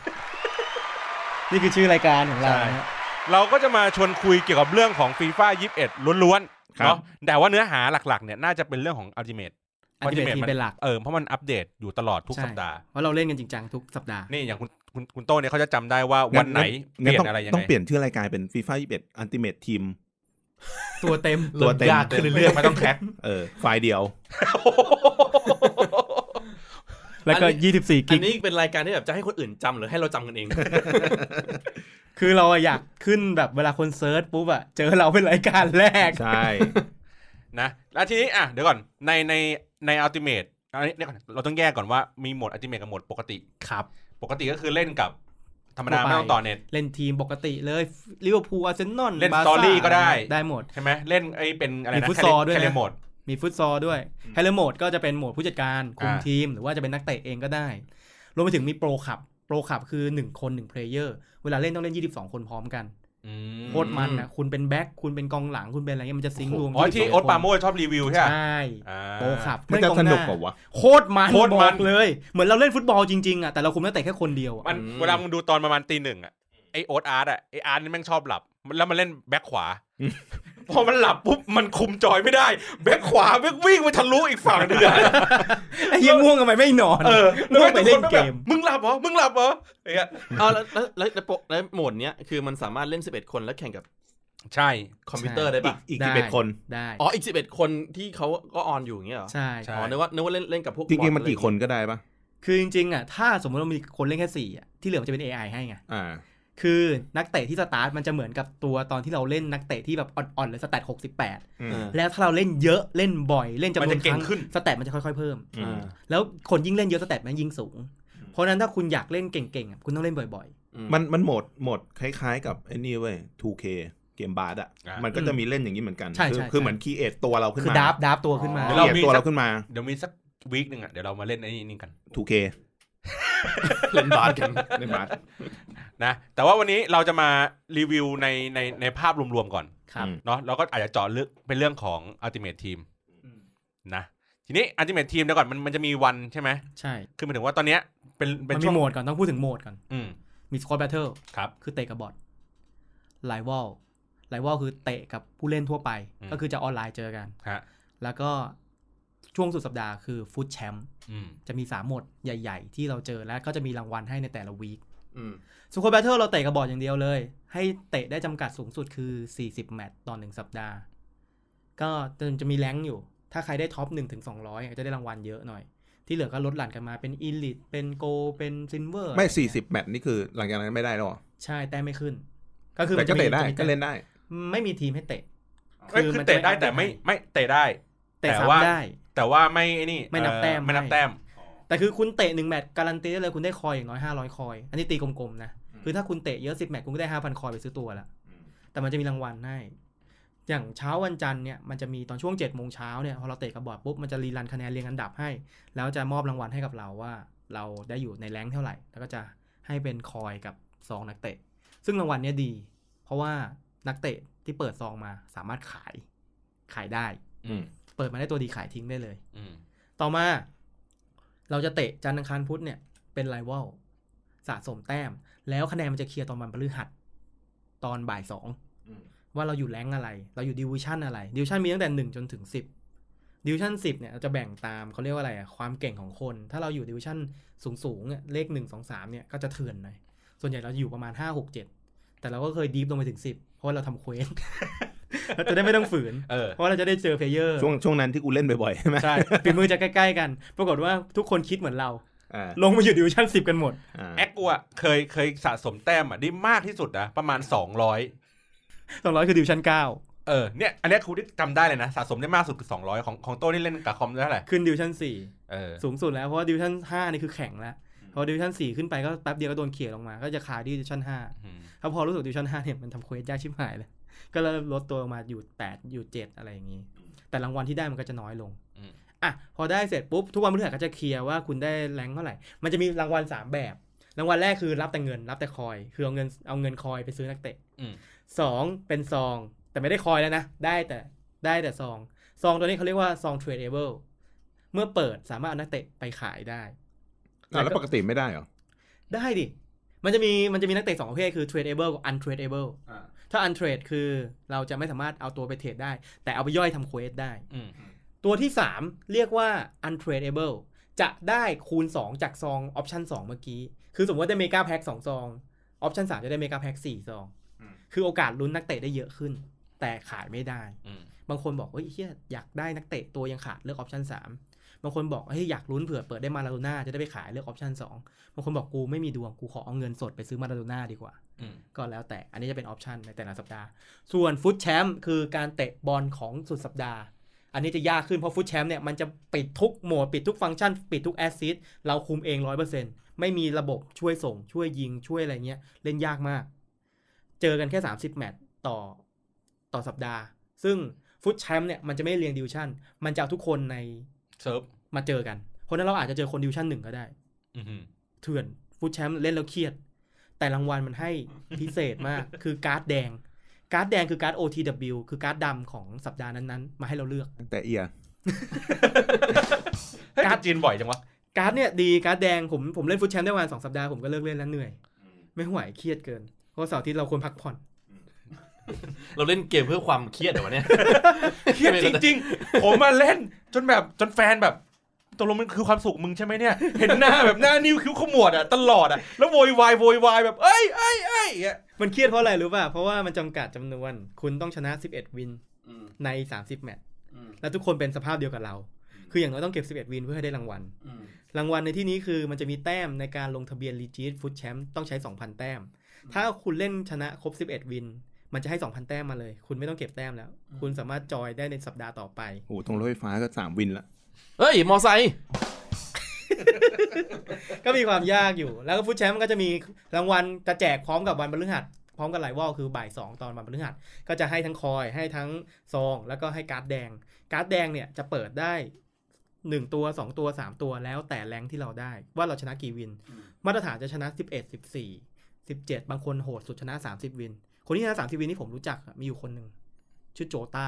B: นี่คือชื่อรายการของเรา
A: ใช่
B: นะฮะ
A: เราก็จะมาชวนคุยเกี่ยวกับเรื่องของฟีฟ่ายี่สิบเอ็ดล้วนๆ
C: ครับ
A: เนาะแต่ว่าเนื้อหาหลักๆ เนี่ยน่าจะเป็นเรื่องของอัลติเมท
B: อันที่เป็นทีมเป็นหลัก
A: เออเพราะมันอัปเดตอยู่ตลอดทุก
B: ใช่
A: สัปดาห์
B: เพราะเราเล่นกันจริงจังทุกสัปดาห์
A: นี่อย่างคุณคุณคุณโต้เนี่ยเขาจะจำได้ว่าวันไหนเป
C: งั้
A: ลี่ย
C: ต้อน ง
A: อะไรยัง
C: ต้อง
A: ไง
C: เปลี่ยนชื่อรายการเป็นฟีฟ่ายี่สิบเอ็ดอันติเมททีม
B: ตัวเต็ม
C: ตัวเต็ม
D: ริ่มยากขึ้นเรื่อยๆ
A: ไม่ต้องแท็ก
C: เออ ไฟล์เดียว
B: แล้วก็
D: อันนี้
B: 24
D: อั
B: กิก
D: นนี้เป็นรายการที่แบบจะให้คนอื่นจำหรือให้เราจำกัน เอง
B: คือเราอะอยากขึ้นแบบเวลาคนเซิร์ชปุ๊บอะเจอเราเป็นรายการแรก
C: ใช่
A: นะแล้วทีนี้อ่ะเดี๋ยวก่อนในในในอัลติเมทอันนี้เดี๋ยวก่อนเราต้องแยกก่อนว่ามีโหมดอัลติเมทกับโหมดปกติ
B: ครับ
A: ปกติก็คือเล่นกับธรรมดา
B: ทั่วไป
A: ไม่ต้องต่อเน็ต
B: เล่นทีมปกติเลยลิเวอร์พูลอาร์เซนอล
A: เล่น story ก็ได้
B: ได้หมด
A: ใช่ไหมเล่นไอ้เป็นอะไร
B: มี
A: นะ
B: ฟุตซอล
A: แคเร
B: ด้วยนะ
A: แคเรโหมด
B: มีฟุตซอลด้วย
A: อืม
B: ไฮเลอร์โหมดก็จะเป็นโหมดผู้จัดการคุม
A: อ่า
B: ทีม หรือว่าจะเป็นนักเตะเองก็ได้ รวมไปถึงมีโปรขับ โปรขับคือ 1 คน 1 เพลเยอร์ เวลาเล่นต้องเล่น 22 คนพร้อมกัน
A: อื
B: โคตรมันนะคุณเป็นแบ็คคุณเป็นกองหลังคุณเป็นอะไรเงี้ยมันจะซิงค์รวม
A: อ๋อ
B: 22
A: ที่
B: คน
A: โอ๊ตปราโมชชอบรีวิวใช่
B: ใช
A: ไหม่ อ่า
B: โปรขับ
C: มันจะ
B: เล่
C: ส
B: องห
C: นุกกว่าวะ
B: โคตรมัน
A: โคตรมัน
B: บอกเลย เหมือนเราเล่นฟุตบอลจริงๆอะแต่เราคุมนักเตะแค่คนเดียวอะ
A: มัน
D: อืม
A: เวลามึงดูตอนประมาณตีหนึ่งอะไอโอ๊ตอาร์ตอะไออาร์ตนี่แม่งชอบหลับ แล้วมันเล่นแบ็คขวา พอมันหลับปุ๊บ มันคุมจอยไม่ได้ แบ็คขวาแม่งวิ่งไปทะลุอีกฝั่งหนึ่งอะ
B: ไอ้เหี้ยังง่วงทำไมไม่นอน
A: เออ
B: ง่วงไปเล่นเกม
A: มึงหลับเหรอ มึงหลับเหรออย่างเงี้ย
D: เอาแล้วแล้วแล้วแล้วโปะแล้วโหมดเนี้ยคือมันสามารถเล่น 11 คนแล้วแข่งกับ
A: ใช่
D: คอมพิวเตอร์ได้ปะ
C: อีก
B: ได้
C: สิบเอ็ดคน
B: ได้
D: อ๋ออีก 11 คนที่เขาก็ออนอยู่อย่างเงี้ยเหรอ
B: ใช่
A: ใช่
D: อ๋อนึกว่านึกว่าเล่นเล่นกับพวก
C: จริงๆ มัน
D: บอทอะไอ
C: กี่
D: ย่า
C: คนก็ได้ปะ
B: คือจริงๆอ่ะถ้าสมมติเรามีคนเล่นแค่สี่อ่ะที่เหลือมันจะเป็น AI ให้ไง
C: อ่า
B: คือนักเตะที่สตาร์ทมันจะเหมือนกับตัวตอนที่เราเล่นนักเตะที่แบบอ่อนๆเลยสแตทหกสิบแปด
C: อืม
D: เออ
B: แล้วถ้าเราเล่นเยอะเล่นบ่อยเล่นจำนวน
A: มันจะ
B: ค
A: เก่
B: รั้
A: ง
B: ง
A: ขึ้น
B: สแตทมันจะค่อยๆเพิ่ม
C: อืม
B: แล้วคนยิ่งเล่นเยอะสแตทมันยิ่งสูง เพราะฉะนั้นถ้าคุณอยากเล่นเก่งๆอ่ะคุณต้องเล่นบ่อย
C: มันมันโหมดโหมดคล้ายๆกับไอ้นี่เว้ย 2K เกมบาร์ดอ่ะ
A: อ่ามั
C: มันก็จะมีเล่นอย่างนี้เหมือนกัน
B: ใช่
C: คือ
B: ใช่
C: คือ
B: ใช่
C: เหมือนคีเอทตัวเรา
B: ๆ
C: ขึ้น
B: คือ
C: มา
B: ดับดับตัวขึ้นมา
A: อ๋อ
C: เราเอทตัวเราขึ้นมา
A: เดี๋ยวมีสักวีคหนึ่งอะเดี๋ยวเรามาเล่นไอ้นี่กัน
C: 2K
D: เล่นบาสกัน
C: เล่นบาร์ด
A: นะ แต่ว่าวันนี้เราจะมารีวิวในในในภาพรวมๆก่อน
B: ครับ
C: อืม
A: เนาะเราก็อาจจะเจาะลึกเป็นเรื่องของ Ultimate Team นะทีนี้ Ultimate Team เดี๋ยวก่อนมันมันจะมีวันใช่ไหม
B: ใช่
A: คือหมายถึงว่าตอนเนี้ยเป็นเป็
B: มันนมี
A: ช่วง
B: โหมดก่อนต้องพูดถึงโหมดก่อน
A: อืม
B: มีสควอตแบทเทิล
A: ครับ
B: คือเตะกับบอทไลวอลไลวอลคือเตะกับผู้เล่นทั่วไป
A: อืม
B: ก็คือจะออนไลน์เจอกัน
A: ฮะ
B: แล้วก็ช่วงสุดสัปดาห์คือฟุตแชมป์
A: อืม
B: จะมี 3 หมวดใหญ่ ๆ ที่เราเจอแล้วก็จะมีรางวัลให้ในแต่ละวีค
D: อืม
B: สุโคแบทเทิลเราเตะกับบอร์ดอย่างเดียวเลย ให้เตะได้จำกัดสูงสุดคือ 40 แมตช์ต่อหนึ่งสัปดาห์ ก็จะมีแรงค์อยู่ ถ้าใครได้ท็อป1ถึง200อ่ะจะได้รางวัลเยอะหน่อย ที่เหลือก็ลดหลั่นกันมาเป็นอ l ลิ e เป็นโกเป็นซินเวอร์
C: ไม่ 40 แมตช์นี่คือหลังจากนั้นไม่ได้หรอ
B: ใช่แต้มไม่ขึ้น ก็คือ
C: แต่ก็
B: จะมี
C: เตะได้
B: จะมี
C: ก็เล่นได้
B: ไม่มีทีมให้เตะ
A: เอ้ย
B: คือ
A: คือ
B: มันจะ
A: เตะได้
B: ไม่
A: แต่ไม่
B: ให้
A: ไม่เตะได้
B: เตะ
A: แต่
B: ซ้ำ
A: ว่า
B: ได้
A: แต่ว่าไม่ไอ้นี่
B: ไม่นับ
A: เอ่อ
B: แต้ม
A: ไม่นับ
B: ให้
A: แต้ม
B: แต่คือคุณเตะหนึ่งแมตช์การันตีได้เลยคุณได้คอยอย่างน้อยห้าร้อยคอย อันนี้ตีกลมๆนะ
C: อืม
B: คือถ้าคุณเตะเยอะสิบแมตช์คุณก็ได้ห้าพันคอยไปซื้อตัวละแต่มันจะมีรางวัลให้ อย่างเช้าวันจันทร์เนี่ยมันจะมีตอนช่วง7จ็ดโมงเช้าเนี่ยพอเราเตะกับบอร์ดปุ๊บมันจะรีรันคะแนนเรียงอันดับให้ แล้วจะมอบรางวัลให้กับเราว่า เราได้อยู่ในแรงค์เท่าไหร่ แล้วก็จะให้เป็นคอยกับซองนักเตะ ซึ่งรางวัลเนี้ยดี เพราะว่านักเตะที่เปิดซองมาสามารถขายขายได้
A: อืม
B: เปิดมาได้ตัวดีขายทิ้งได้เลย
A: อืม
B: ต่อมาเราจะเตะจันทร์อังคารพุธเนี่ยเป็นไ i ว a l สะสมแต้ม แล้วคะแนนมันจะเคลียร์ตอนวันพฤหัส ตอนบ่ายสอง
C: อืม
B: ว่าเราอยู่แรงค์อะไร เราอยู่ดิวิชั่นอะไรดิวิชั่นมีตั้งแต่หนึ่งจนถึงสิบดิวิชั่นสิบเนี่ยเราจะแบ่งตามเขาเรียกว่าอะไรอะความเก่งของคน ถ้าเราอยู่ดิวิชั่นสูงสูงๆเนี่ยเลขหนึ่งสองสามเนี่ยก็จะเถื่อนหน่อยส่วนใหญ่เราจะอยู่ประมาณห้าหกเจ็ดแต่เราก็เคยดีฟลงไปถึงสิบ เพราะว่าเราทำเควส เราจะได้ไม่ต้องฝืน
A: เออ
B: เพราะว่าเราจะได้เจอเพลเยอร์
C: ช่วงช่วงนั้นที่กูเล่นบ่อยๆใช่ไหม
B: ใช่ ฝีมือจะใกล้ ๆ กัน ปรากฏว่าทุกคนคิดเหมือนเรา
C: อ่า
B: ลงมาอยู่ดิวิชั่นสิบกันหมด
C: อ่า
A: แอคกูอะเคยเคยสะสมแต้มอะได้มากที่สุดนะประมาณ 200
B: 200 คือดิวิชั่นเก้า
A: เออเนี่ยอันเนี้ยครูที่จำได้เลยนะ สะสมได้มากสุดคือ 200 ของของโต้นี่เล่นกับคอมได้เท่าไหร่
B: ขึ้นดิวิชั่นสี่
A: เออ
B: สูงสุดแล้ว เพราะว่าดิวิชั่นห้านี่คือแข็งแล้วพอดิวิชั่นสี่ขึ้นไปก็แป๊บเดียวก็โดนเขี่ยลงมา ก็จะคาดิวิชั่นห้า
A: อืม
B: แล้วพอรู้สึกดิวิชั่นห้าเนี่ยมันทำเควสยากชิบหายเลย ก็เริ่มลดตัวลงมาอยู่แปดอยู่เจ็ดอะไรอย่างนี้ แต่รางวัลที่ได้มันก็จะน้อยลง
A: อืม
B: อ่ะพอได้เสร็จปุ๊บทุกวันพฤหัสก็จะเคลียร์ว่าคุณได้แรงเท่าไหร่ มันจะมีรางวัลสามแบบ รางวัลแรกคือรับแต่เงิน รับแต่คอย คือเอาเงินเอาเงินคอยไปซื้อนักเตะ
A: อืม
B: สองเป็นซอง แต่ไม่ได้คอยแล้วนะ ได้แต่ได้แต่ซอง ซองตัวนี้เขาเรียกว่าซอง tradable เมื่อเปิดสามารถเอานักเตะไปขายได้
C: อ่าแล้วปกติไม่ได้เหรอ
B: ได้ดิ มันจะมีมันจะมีนักเตะสองประเภทคือ tradable กับ untradable ถ้าอันเทรดคือเราจะไม่สามารถเอาตัวไปเทรดได้ แต่เอาไปย่อยทำเควสได้
A: อืม
B: ตัวที่ 3 เรียกว่า untradeable จะได้คูณ 2 จากซอง option 2 เมื่อกี้ คือสมมติว่าได้เมกาแพ็ค2ซอง option 3 จะได้เมกาแพ็ค4ซอง
C: อืม
B: คือโอกาสลุ้นนักเตะได้เยอะขึ้น แต่ขายไม่ได้
A: อืม
B: บางคนบอกเฮ้ยเฮียอยากได้นักเตะตัวยังขาดเลือกออปชันสามบางคนบอกเฮ้ยอยากลุ้นเผื่อเปิดได้มาราโดน่าจะได้ไปขายเลือกออปชันสองบางคนบอกกูไม่มีดวงกูขอเอาเงินสดไปซื้อมาราโดน่าดีกว่า
A: อืม
B: ก็แล้วแต่อันนี้จะเป็นออปชันในแต่ละสัปดาห์ ส่วนฟุตแชมป์คือการเตะบอลของสุดสัปดาห์ อันนี้จะยากขึ้นเพราะฟุตแชมป์เนี่ยมันจะปิดทุกโหมดปิดทุกฟังก์ชัน ปิดทุกแอสซิสต์เราคุมเองร้อยเปอร์เซ็นไม่มีระบบช่วยส่ง ช่วยยิงช่วยอะไรเงี้ย เล่นยากมาก เจอกันแค่ 30 แมตช์ต่อต่อสัปดาห์ ซึ่งฟุตแชมป์เนี่ยมันจะไม่เรียงดิวชั่น มันจะเอาทุกคนใน
A: เซิร์ฟ
B: มาเจอกันเพราะฉะนั้นเราอาจจะเจอคนดิวชั่นหนึ่งก็ได้
A: อืม
B: เถื่อนฟุตแชมป์เล่นแล้วเครียด แต่รางวัลมันให้พิเศษ มาก คือการ์ดแดง การ์ดแดงคือการ์ด OTW คือการ์ดดำของสัปดาห์นั้นๆ มาให้เราเลือก
C: แต่เอีย
A: เฮ้ย
B: การ์ด
A: จีนบ่อยจังวะ
B: การ์ดเนี่ยดีการ์ดแดงผมผมเล่นฟุตแชมป์ได้วันสองสัปดาห์ผมก็เลิกเล่นแล้วเหนื่อย ไม่ไหวเครียดเกิน เพราะเสาร์อาที่เราควรพักผ่อน
D: เราเล่นเกมเพื่อความเครียดเหรอวะเนี่ย
A: เครียดจริงๆ ผมมาเล่นจนแบบจนแฟนแบบตกลงมันคือความสุขมึงใช่ไหมเนี่ย เห็นหน้าแบบหน้านิ้วคิ้วขมวดอ่ะตลอดอ่ะแล้วโวยวายโวยวายแบบเอ้ยเอ้ยเอ้ยอย่างเงี้ย
B: มันเครียดเพราะอะไรรู้ป่ะ เพราะว่ามันจำกัดจำนวน คุณต้องชนะ 11 วินใน 30 แมตช์แล้วทุกคนเป็นสภาพเดียวกับเรา คืออย่างน้อยต้องเก็บ 11 วินเพื่อให้ได้รางวัล รางวัลในที่นี้คือมันจะมีแต้มในการลงทะเบียนรีจิสฟุตแชมป์ต้องใช้ 2,000 แต้ม ถ้าคุณเล่นชนะครบ 11 วิน มันจะให้ 2,000 แต้มมาเลย คุณไม่ต้องเก็บแต้มแล้ว คุณสามารถจอยได้ในสัปดาห์ต่อไป
C: โอ้โหตรงรถไฟฟ้าก็สามวินละ
D: เฮ้ย มอไซค์
B: ก็มีความยากอยู่ แล้วก็ฟุตแชมป์มันก็จะมีรางวัลจะแจกพร้อมกับวันพฤหัส พร้อมกันหลายวอลคือบ่ายสองตอนวันพฤหัส ก็จะให้ทั้งคอยให้ทั้งซอง แล้วก็ให้การ์ดแดง การ์ดแดงเนี่ยจะเปิดได้หนึ่งตัวสองตัวสามตัวแล้วแต่แรงที่เราได้ ว่าเราชนะกี่วิน มาตรฐานจะชนะสิบเอ็ดสิบสี่สิบเจ็ดบางคนโหดสุดชนะสามสิบวิน คนที่ชนะสามสิบวินที่ผมรู้จักอะมีอยู่คนหนึ่งชื่อโจต้า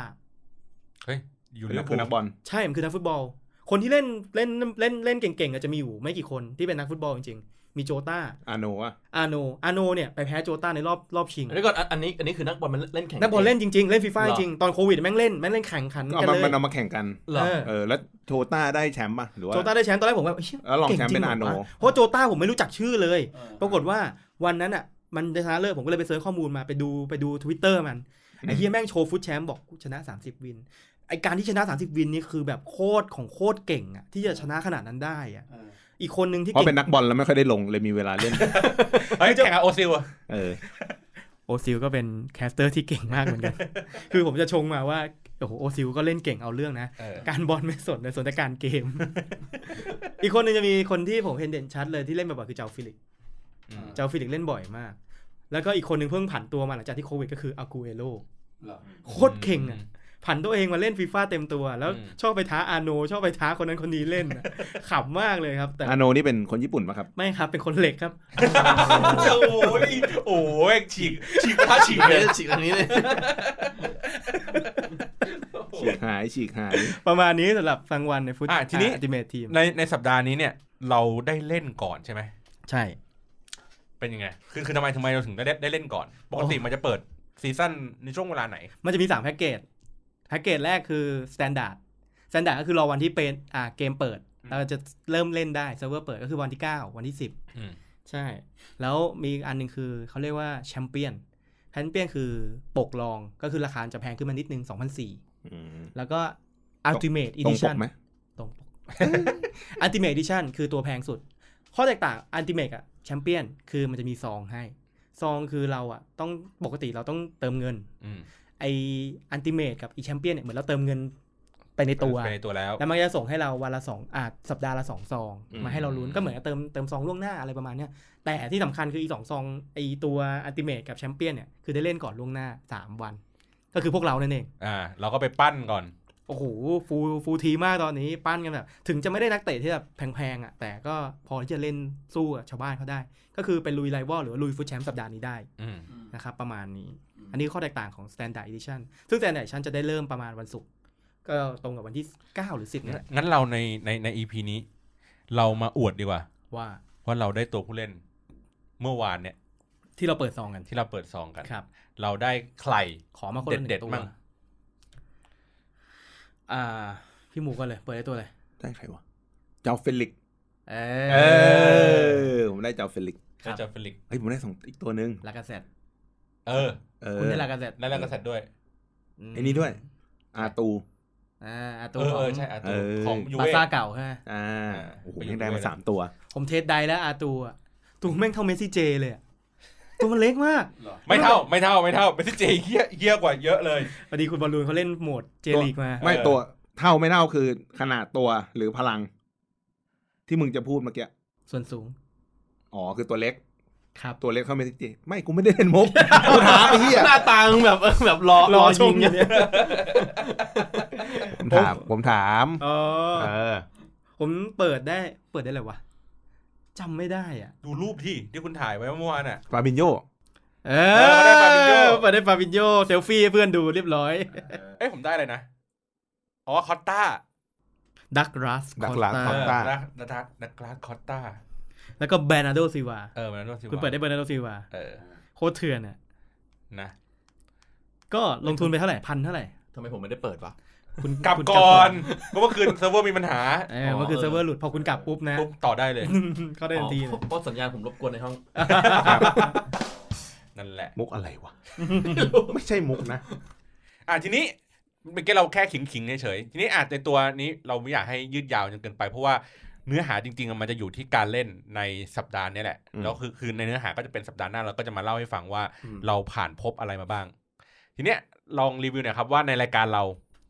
A: เฮ้ยอยู่
C: เป็น
A: เรื่อ
C: นั
A: ก ง
C: คือนักบอล
B: ใช่ มันคือนักฟุตบอล คนที่เล่นเล่นเล่นเล่นเก่งๆอาจจะมีอยู่ไม่กี่คนที่เป็นนักฟุตบอลจริงๆ มีโจต้า
C: อาโนอะ
B: อาโน อาโนเนี่ยไปแพ้โจต้าในรอบรอบชิง
D: เดี๋ยวก่อนอันอันนี้อันนี้คือนักบอลมันเล่นแข่ง
B: นักบอลเล่นจริงๆ เล่นฟีฟ่า
D: ห
B: จ
D: รอ
B: ริงๆตอนโควิดแม่งเล่นแม่งเล่นแข่งขัน
C: ก็
B: กั
C: เอา
B: น
C: มา
B: เลย
C: มันเอามาแข่งกัน
D: เหรอ
B: เออ
C: เออ แล้วโชต้าได้แชมป์ป่ะ หรือว่า
B: โจต้าได้แชมป์ตอนแรกผมแบบเชี่ย
C: แล้วรองแชมป์เป็น
B: ก่จริ
C: อาโน
B: งหรวะเพราะโจต้าผมไม่รู้จักชื่อเลย ปรากฏว่าวันนั้นอ่ะมันชนะเลิศผมก็เลยไปเซิร์ชข้อมูลมาไปดูไปดูทวิตเตอร์มันไอ้เฮียแม่งโชว์ฟุตแชมป์บอกกูชนะ 30 วินไอการที่ชนะ 30 วินนี่คือแบบโคตรของโคตรเก่งอ่ะที่จะชนะขนาดนั้นได้อ่ะอีกคนหนึ่งที่
C: เพราะ
B: เก่
C: เป็น
B: ง
C: นักบอลแล้วไม่ค่อยได้ลงเลยมีเวลาเล่น
A: เฮ้ยแข่งกับโอซิลอะ
C: เออ
B: โอซิลก็เป็นแคสเตอร์ที่เก่งมากเหมือนกัน คือผมจะชงมาว่าโอ้โหโอซิลก็เล่นเก่งเอาเรื่องนะ
A: เออ
B: การบอลไม่สนเลยสนแต่การเกม อีกคนหนึ่งจะมีคนที่ผมเห็นเด่นชัดเลยที่เล่นบ่อยๆคือเจ้าฟิลิก
A: อืม
B: เจ้าฟิลิกเล่นบ่อยมาก แล้วก็อีกคนหนึ่งเพิ่งผันตัวมาหลังจากที่โควิดก็คืออากูเอโรโคตรเข่งอ่ะ ผันตัวเองมาเล่นฟีฟ่าเต็มตัว แล้วชอบไปท้าอาโน ชอบไปท้าคนนั้นคนนี้เล่นอะ ขำมากเลยครับ แต่
C: อาโนนี่เป็นคนญี่ปุ่นป่ะครับ
B: ไม่ครับเป็นคนเหล็กครับ
A: โอ้ยโอ้ยฉีกฉีกผ้าฉีก
D: เดี๋
A: เลย ยว
D: ฉีกอันนี้เลย
C: ฉีกหาย ฉีกหาย
B: ประมาณนี้สำหรับรางวัลในฟุต
A: อ่ะทีนี้
B: ติเมททีม
A: ในในสัปดาห์นี้เนี่ยเราได้เล่นก่อนใช่ไหม
B: ใช่
A: เป็นยังไง คือคือทำไมทำไมเราถึงได้ได้เล่นก่อน ปกติมันจะเปิดซีซั่นในช่วงเวลาไหน
B: มันจะมี 3 แพ็กเกจ แพ็กเกจแรกคือสแตนดาร์ดสแตนดาร์ดก็คือรอวันที่เป็นอ่าเกมเปิด
A: อืม
B: เราจะเริ่มเล่นได้เซิร์ฟเวอร์เปิดก็คือวันที่ 9 วันที่ 10 ใช่ แล้วมีอีกอันหนึ่งคือเขาเรียกว่าแชมเปี้ยนแชมเปี้ยนคือปกรองก็คือราคาจะแพงขึ้นมานิดนึง2,004
C: อืม
B: แล้วก็ Ultimate
C: ตรงป
B: Edition
C: กไหม
B: ตรงปก Ultimate Edition คือตัวแพงสุด ข้อแตกต่าง Ultimate อะแชมเปี้ยนคือมันจะมีซองให้ ซองคือเราอะต้องปกติเราต้องเติมเงิน ไออันติเมตกับอีแชมเปี้ยนเนี่ยเหมือนเราเติมเงินไปในตัว
A: เป็นในตัวแล้ว
B: แล้วมันก็จะส่งให้เราวันละสองอ่ะสัปดาห์ละสองซอง
C: อืม
B: มาให้เราลุ้นก็เหมือนกับเติมเติมซองล่วงหน้าอะไรประมาณเนี้ยแต่ที่สำคัญคืออีสองซองไอตัวอันติเมตกับแชมเปี้ยนเนี่ยคือได้เล่นก่อนล่วงหน้าสามวัน ก็คือพวกเรานั่นเอง
A: อ่า เราก็ไปปั้นก่อน
B: โอ้โหฟูลฟูลทีมมากตอนนี้ปั้นกันแบบถึงจะไม่ได้นักเตะที่แบบแพงๆอ่ะแต่ก็พอที่จะเล่นสู้กับชาวบ้านเขาได้ ก็คือเป็นลุยไลวอลหรือว่าลุยฟุตแชมป์สัปดาห์นี้ได้
A: อืม
B: นะครับประมาณนี้ อันนี้ข้อแตกต่างของ Standard Edition ซึ่ง Standard Edition จะได้เริ่มประมาณวันศุกร์ ก็ตรงกับวันที่ 9 หรือ 10นี่แหละ
A: งั้นเราในในในอีพีนี้ เรามาอวดดีกว่า
B: ว่า
A: ว่าเราได้ตัวผู้เล่น เมื่อวานเนี่ย
B: ที่เราเปิดซองกัน
A: ที่เราเปิดซองกัน
B: ครับ
A: เราได้ใคร
B: ขอมาคนละหนึ่
A: เด็
B: ง
A: ดๆ
B: ตัว
A: มั่ง
B: อ่า พี่หมูก็เลย เปิดได้ตัวเลย
C: ได้ใครวะเจ้าเฟลิกซ์
B: เอ
C: เอ
B: อ
C: อ ผมได้เจ้าเฟลิกซ์
B: ครับ
A: เจ้าเฟลิกซ์
C: เฮ้ยผมได้สองอีกตัวหนึง
B: ลากาเซ็ต
A: เออ
C: เออ
B: คุณได้ลากาเซ็ต
A: ได้แล้วก็เสร็จด้วย
B: ม
C: ไอ้นี่ด้วย อาตู
B: อ่าอ่ะตั
A: เอ
B: ว
A: อ
B: ขอ
A: เอง อใช่อาตู
C: เออ
A: ของยู
B: บา
A: เอ
B: ซ่าเก่าใช่ไหม
C: อ่าโอ้โห
A: ไปอยู่
C: ยังได้
A: ด้ว
C: มาย สามตัว
B: ผมเทสไดแล้วอาตูอะตัวแม่งเท่าเมสซี่เจเลยอะตัวมันเล็กมาก
A: ไม่เท่าไม่เท่าไม่เท่าเป็นที่เจเฮี้ยเฮี้ยกว่าเยอะเลย
B: พอดีคุณบอลลูนเขาเล่นโหมดเจลีกมา
C: ไม่
A: เออ
C: ตัวเท่าไม่เท่าคือขนาดตัวหรือพลัง ที่มึงจะพูดเมื่อกี้
B: ส่วนสูง
C: อ๋อคือตัวเล็ก
B: ครับ
C: ตัวเล็กเข้าไม่ได้เจไม่กูไม่ได้เล่นมุก กูถามไอ้เหี้ย
D: หน้าตามึงแบบเออแบบรอ
B: ร
D: ร
B: อ
D: อ
B: ช
D: ยิ
B: ม
D: ง
B: อ
D: เนี่
B: ยู่
D: ย
B: เนี่ย
C: ผมถามผมถาม
B: อ๋อ
C: เออ
B: ผมเปิดได้เปิดได้เลยวะจำไม่ได้อ่ะ
A: ดูรูปที่ที่คุณถ่ายไว้เมื่อวานอ่ะ
C: ฟาบินโย
B: เอ
A: อได้ฟาบินโญ่
B: เปิดได้ฟาบินโยเซลฟี่ให้เพื่อนดูเรียบร้อย
A: เอ้ยผมได้เลยนะอ๋อคอตตา
B: ดักรัส
C: ดักหลังคอตตา
A: นะนะทักนักลาสคอตตา
B: แล้วก็แบรนาร์โดซิลวา
A: เออมันนั่นสิวะ
B: คุณเปิดได้เบอร์นาร์โดซิลวา
A: เออ
B: โคตรเถื่อนอ่ะ
A: นะ
B: ก็ลงทุนไปเท่าไหร่ พันเท่าไหร่
D: ทำไมผมไม่ได้เปิดวะ
B: คุณ
A: กลับ
B: คุณ
A: ก่อนเพราะเมื่อคืนเซิร์ฟเวอร์มีปัญหา
B: เออมันคือเซิร์ฟเวอร์หลุด พอคุณกลับปุ๊บนะ
A: ปุ๊บต่อได้เลย
B: เข้าได้ทันทีเลย
D: เพราะสัญญาณผมรบกวนในห้อง
A: นั่นแหละ
C: มุกอะไรวะ ไม่ใช่มุกนะ
A: อ่ะทีนี้เมื่อกี้เราแค่ขิงๆเฉยๆทีนี้อาจในตัวนี้เราไม่อยากให้ยืดยาวจนเกินไป เพราะว่าเนื้อหาจริงๆอ่ะมันจะอยู่ที่การเล่นในสัปดาห์เนี้ยแหละ
C: อืม
A: แล้วคือคือในเนื้อหาก็จะเป็นสัปดาห์หน้าเราก็จะมาเล่าให้ฟังว่า
D: อืม
A: เราผ่านพบอะไรมาบ้าง ทีเนี้ยลองรีวิวหน่อยครับว่าในรายการเรา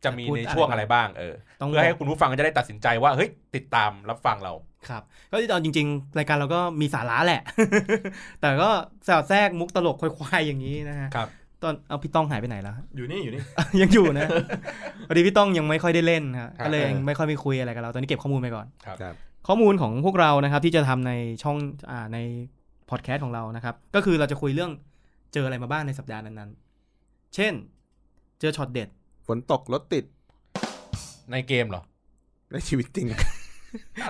A: จะมี
B: พูด
A: ในช่วง
B: อะ
A: อะไร ไร
B: บ้า
A: บ้าง งเออ
B: ต้อง
A: เพื่อให้คุณผู้ฟังจะได้ตัดสินใจว่าเฮ้ยติดตามรับฟังเรา
B: ครับ ก็ที่ตอนจริง ๆ รายการเราก็มีสาระแหละ แต่ก็สอดแทรกมุกตลกควายๆอย่างนี้นะฮะ
A: ครับ
B: ตอนเอาพี่ต้องหายไปไหนแล้วฮะ
D: อยู่นี่อยู่นี่
B: ยังอยู่นะ พอดีพี่ต้องยังไม่ค่อยได้เล่นครับก็เลย
D: เออ
B: ยังไม่ค่อยไปคุยอะไรกับเรา ตอนนี้เก็บข้อมูลไปก่อน
A: ครับ
C: ครับ
B: ข้อมูลของพวกเรานะครับที่จะทำในช่องอ่าในพอดแคสต์ของเรานะครับ ก็คือเราจะคุยเรื่องเจออะไรมาบ้างในสัปดาห์นั้นๆ เช่น เจอช็อตเด็ด
C: ฝนตกรถติด
A: ในเกมเหรอ
C: ในชีวิตจริง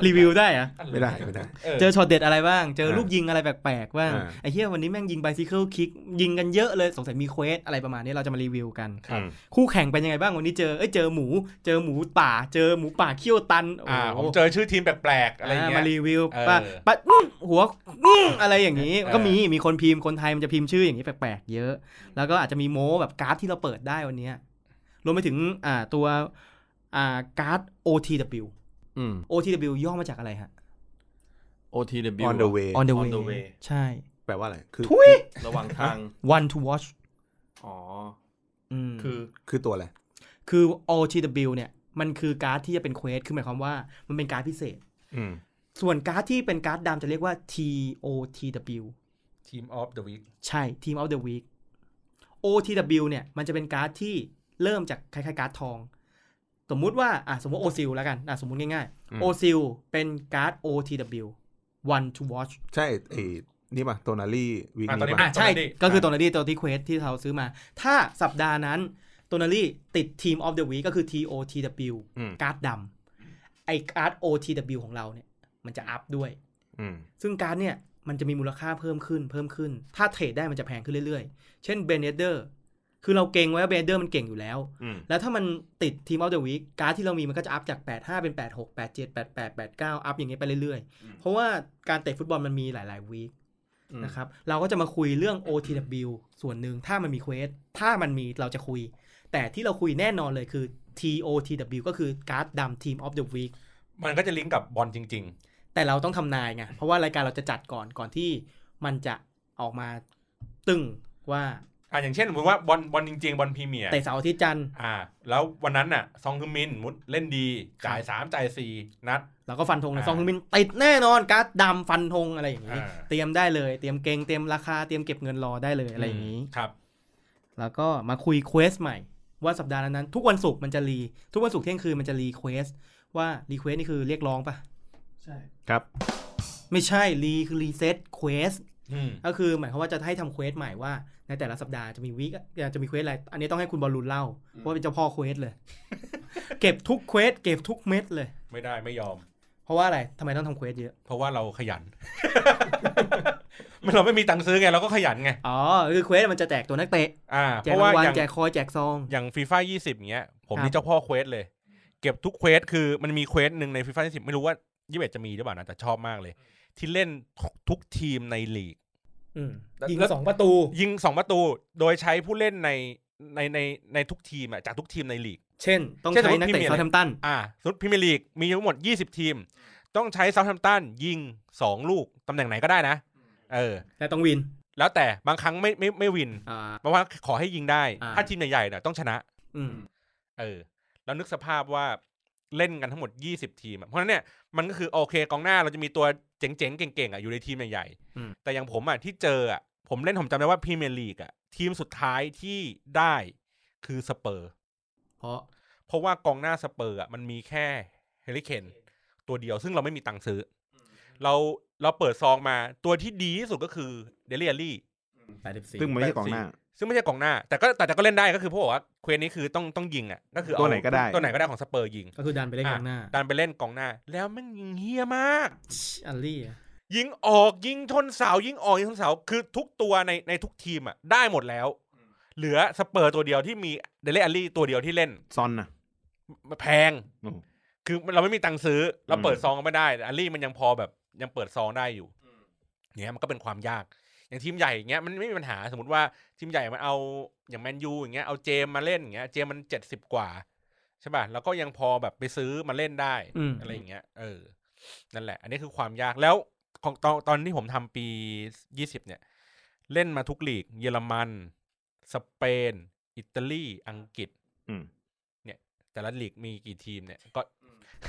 B: รีวิวได้เหรอะ
C: ไม่ ได้ไม่ได้
A: เออ
B: เจอช็อตเด็ดอะไรบ้าง เจอลูก
C: อ่า
B: ยิงอะไรแปลกๆบ้าง
C: อ่า
B: ไอ้เหี้ยวันนี้แม่งยิงไบซิเคิลคิกยิงกันเยอะเลยสงสัยมีเควสอะไรประมาณนี้เราจะมารีวิวกัน
C: อืม
B: คู่แข่งเป็นยังไงบ้างวันนี้เจอเอ้ยเจอหมู เจอหมูป่า เจอหมูป่าเขี้ยวตันโโห
A: อ่าผมเจอชื่อทีมแปลกๆอะไรอย่างเงี้
B: มาย รีวิว
A: เออ
B: ปะปะอื้อหัวอื้ออะไรอย่างนี้
A: เออ
B: ก็มีมีคนพิมพ์คนไทยมันจะพิมพ์ชื่ออย่างนี้แปลกๆเยอะ แล้วก็อาจจะมีโม้แบบการ์ดที่เราเปิดได้วันเนี้ยรวมไปถึงอ่าตัวอ่าการ์ด OTW
D: อืม
B: OTW ย่อมาจากอะไรฮะ
D: OTW
C: on the way
B: On the
D: On the
B: way
D: way
B: ใช่
C: แปลว่าอะไร คือ
B: ทุย
D: ระหว่างทาง
B: One to watch
D: อ๋อ
B: อืม
D: คือ
C: คือตัวอะไร
B: คือ OTW เนี่ยมันคือการ์ดที่จะเป็นเควสคือหมายความว่ามันเป็นการ์ดพิเศษ
C: อืม
B: ส่วนการ์ดที่เป็นการ์ดดำจะเรียกว่า TOTW
A: ทีมออฟเดอะวีค
B: ใช่ Team of the Week OTW เนี่ย มันจะเป็นการ์ดที่เริ่มจากคล้ายๆ การ์ดทอง สมมุติว่า อ่ะสมมติ o อซิลแล้วกัน อ่ะสมมุติง่าย
C: อืม
B: ๆ o อซิลเป็นการ์ด OTW one to watch
C: ใช่ไอ้นี่ป่ะโทนาลี่วิก
A: อ่ะตอนนี้
C: นี้
A: อ่ะ
C: ป่ะ
A: ใช่
B: ใช่ ก็คือโตนาลี่ตัวที่เควสที่เราซื้อมา ถ้าสัปดาห์นั้นโตนาลี่ติด Team of the Week ก็คือ TOTW
C: อืม
B: การ์ดดำไอการ์ด OTW ของเราเนี่ย มันจะอัพด้วย
C: อืม
B: ซึ่งการ์ดเนี่ย มันจะมีมูลค่าเพิ่มขึ้นเพิ่มขึ้น ถ้าเทรดได้มันจะแพงขึ้นเรื่อยๆ เช่นเบเนเดอร์คือเราเก่งไว้ว่าเบเนเดอร์มันเก่งอยู่แล้ว
C: อืม
B: แล้วถ้ามันติดทีม o อ t เดอะวีการ์ดที่เรามีมันก็จะอัพจาก 85 เป็น 86 87 88 89 อัพอย่างเงี้ยไปเรื่อยๆ เพราะว่าการเตะฟุตบอลมันมีหลาย ๆ วีค
D: อืม
B: นะครับเราก็จะมาคุยเรื่อง OTW ส่วนหนึ่งถ้ามันมีเควสถ้ามันมีเราจะคุย แต่ที่เราคุยแน่นอนเลยคือ TOTW ก็คือการ์ดดำทีม of the week
A: มันก็จะลิงก์กับบอลจริง ๆ
B: แต่เราต้องทำนายไง เพราะว่ารายการเราจะจัดก่อนก่อนที่มันจะออกมาตึงว่า
A: อ่ะอย่างเช่นสมมติว่าบอลบอลจริงๆ บอลพรีเมียร์
B: เตะเสาร์อาทิตย์จันทร์
A: อ่า แล้ววันนั้นน่ะ ซองฮึมมินมุดเล่นดี
B: ครับ
A: จ่ายสามจ่ายสี่นัด
B: เราก็ฟันธงเลย
A: อ่า
B: ซองฮึงมินติดแน่นอนการ์ดดำฟันธงอะไรอย่างนี้
A: อ่า
B: เตรียมได้เลยเตรียมเกงเตรียมราคาเตรียมเก็บเงินรอได้เลยอะไรอย่างนี้
A: ครับ
B: แล้วก็มาคุยเควสใหม่ ว่าสัปดาห์นั้นๆทุกวันศุกร์มันจะรีทุกวันศุกร์เที่ยงคืนมันจะรีเควสว่ารีเควสนี่คือเรียกร้องปะ
D: ใช่
C: ครับ
B: ไม่ใช่รีคือรีเซ็ตเควส
A: อืม
B: ก็คือหมายความว่าจะให้ทำเควสใหม่ว่าในแต่ละสัปดาห์จะมีวีคจะมีเควสอะไร อันนี้ต้องให้คุณบอลลูนเล่า เพราะว่าเป็นเจ้าพ่อเควสเลย เก็บทุกเควสเก็บทุกเม็ดเลย
A: ไม่ได้ไม่ยอม
B: เพราะว่าอะไรทำไมต้องทำเควสเยอะ
A: เพราะว่าเราขยัน ไม่ เราไม่มีตังค์ซื้อไงเราก็ขยันไง
B: อ๋อคือเควสมันจะแจกตัวนักเตะ
A: อ่า
B: แจ
A: เพ
B: ก
A: ราะ
B: รา
A: ว่าง
B: วัล
A: อย่าง
B: แจกคอยแจกซอง
A: อย่างฟีฟ่ายี่สิบเงี้ย ผม
B: ครับ
A: นี่เจ้าพ่อเควสเลย เก็บทุกเควสคือมันมีเควสหนึ่งในฟีฟ่ายี่สิบไม่รู้ว่ายี่สิบจะมีหรือเปล่านะแต่ชอบมากเลย ที่เล่นทุกทีมในลีก
B: อืม
A: แล้ว
B: ยิงสองประตู
A: ยิงสองประตูโดยใช้ผู้เล่นในในในในทุกทีมอะจากทุกทีมในลีก
B: เช่น ต้อง
A: เช่นสม
B: ใช้
A: มุติ
B: นักเตะ
A: Premier
B: เซาท์แฮมป์ตัน
A: อ่าสมมติพรีเมียร์ลีกมีทั้งหมด 20 ทีม ต้องใช้เซาท์แฮมป์ตันยิง 2 ลูก ตำแหน่งไหนก็ได้นะ เออ
B: และต้องวิน
A: แล้วแต่บางครั้งไม่ไม่ไม่วิน
B: อ่า
A: เพราะว่าขอให้ยิงได้
B: อ่า
A: ถ้าทีมใหญ่ๆเนี่ยต้องชนะ
B: อืม
A: เออ แล้วนึกสภาพว่าเล่นกันทั้งหมด 20 ทีมอะเพราะฉะนั้นเนี่ยมันก็คือโอเคกองหน้าเราจะมีตัวเจ๋งๆ เก่งๆอ่ะอยู่ในทีมใหญ่ๆแต่อย่างผมอ่ะที่เจออ่ะผมเล่นผมจำได้ว่าพรีเมียร์ลีกอ่ะทีมสุดท้ายที่ได้คือสเปอร์
B: เพราะ
A: เพราะว่ากองหน้าสเปอร์อ่ะมันมีแค่เฮลิเคนตัวเดียวซึ่งเราไม่มีตังค์ซื้ออเราเราเปิดซองมาตัวที่ดีที่สุดก็คือเดลี่อลี่
B: แปดสิบสี่
C: ซึ่งมันไม่ใช่กองหน้า
A: ซึ่งไม่ใช่กองหน้า แต่ก็แต่แต่ก็เล่นได้ก็คือเพราะว่าเควสนี้คือต้องต้องยิงอ่ะก็คือเอา
C: ตัวไหนก็ได้
A: ตัวไหนก็ได้ของสเปอร์ยิง
B: ก็คือดันไปเล่นกองหน้า
A: ดันไปเล่นกองหน้า แล้วมันยิงเฮี้ยมาก
B: อัลลี่อะ
A: ยิงออกยิงชนเสายิงออกยิงชนเสาคือทุกตัวในในทุกทีมอ่ะได้หมดแล้ว เหลือสเปอร์ตัวเดียวที่มีเดลี่อลี่ตัวเดียวที่เล่น
C: ซอนนะ
A: แพง
C: โอ้
A: คือเราไม่มีตังค์ซื้อ เรา
C: อืม
A: เปิดซองก็ไม่ได้แต่อัลลี่มันยังพอแบบยังเปิดซองได้อยู่เนี่ยมันก็เป็นความยาก อย่างทีมใหญ่อย่างเงี้ยมันไม่มีปัญหาสมมติว่าทีมใหญ่มันเอาอย่างแมนยูอย่างเงี้ยเอาเจมมาเล่นอย่างเงี้ยเจมมันเจ็ดสิบกว่าใช่ป่ะแล้วก็ยังพอแบบไปซื้อมาเล่นได้
B: อืม
A: อะไรอย่างเงี้ยเออ นั่นแหละ อันนี้คือความยากแล้วของตอนตอนที่ผมทำปียี่สิบเนี่ย เล่นมาทุกลีก เยอรมัน สเปน อิตาลีอังกฤษ
C: อืม
A: เนี่ย แต่ละลีกมีกี่ทีมเนี่ยก็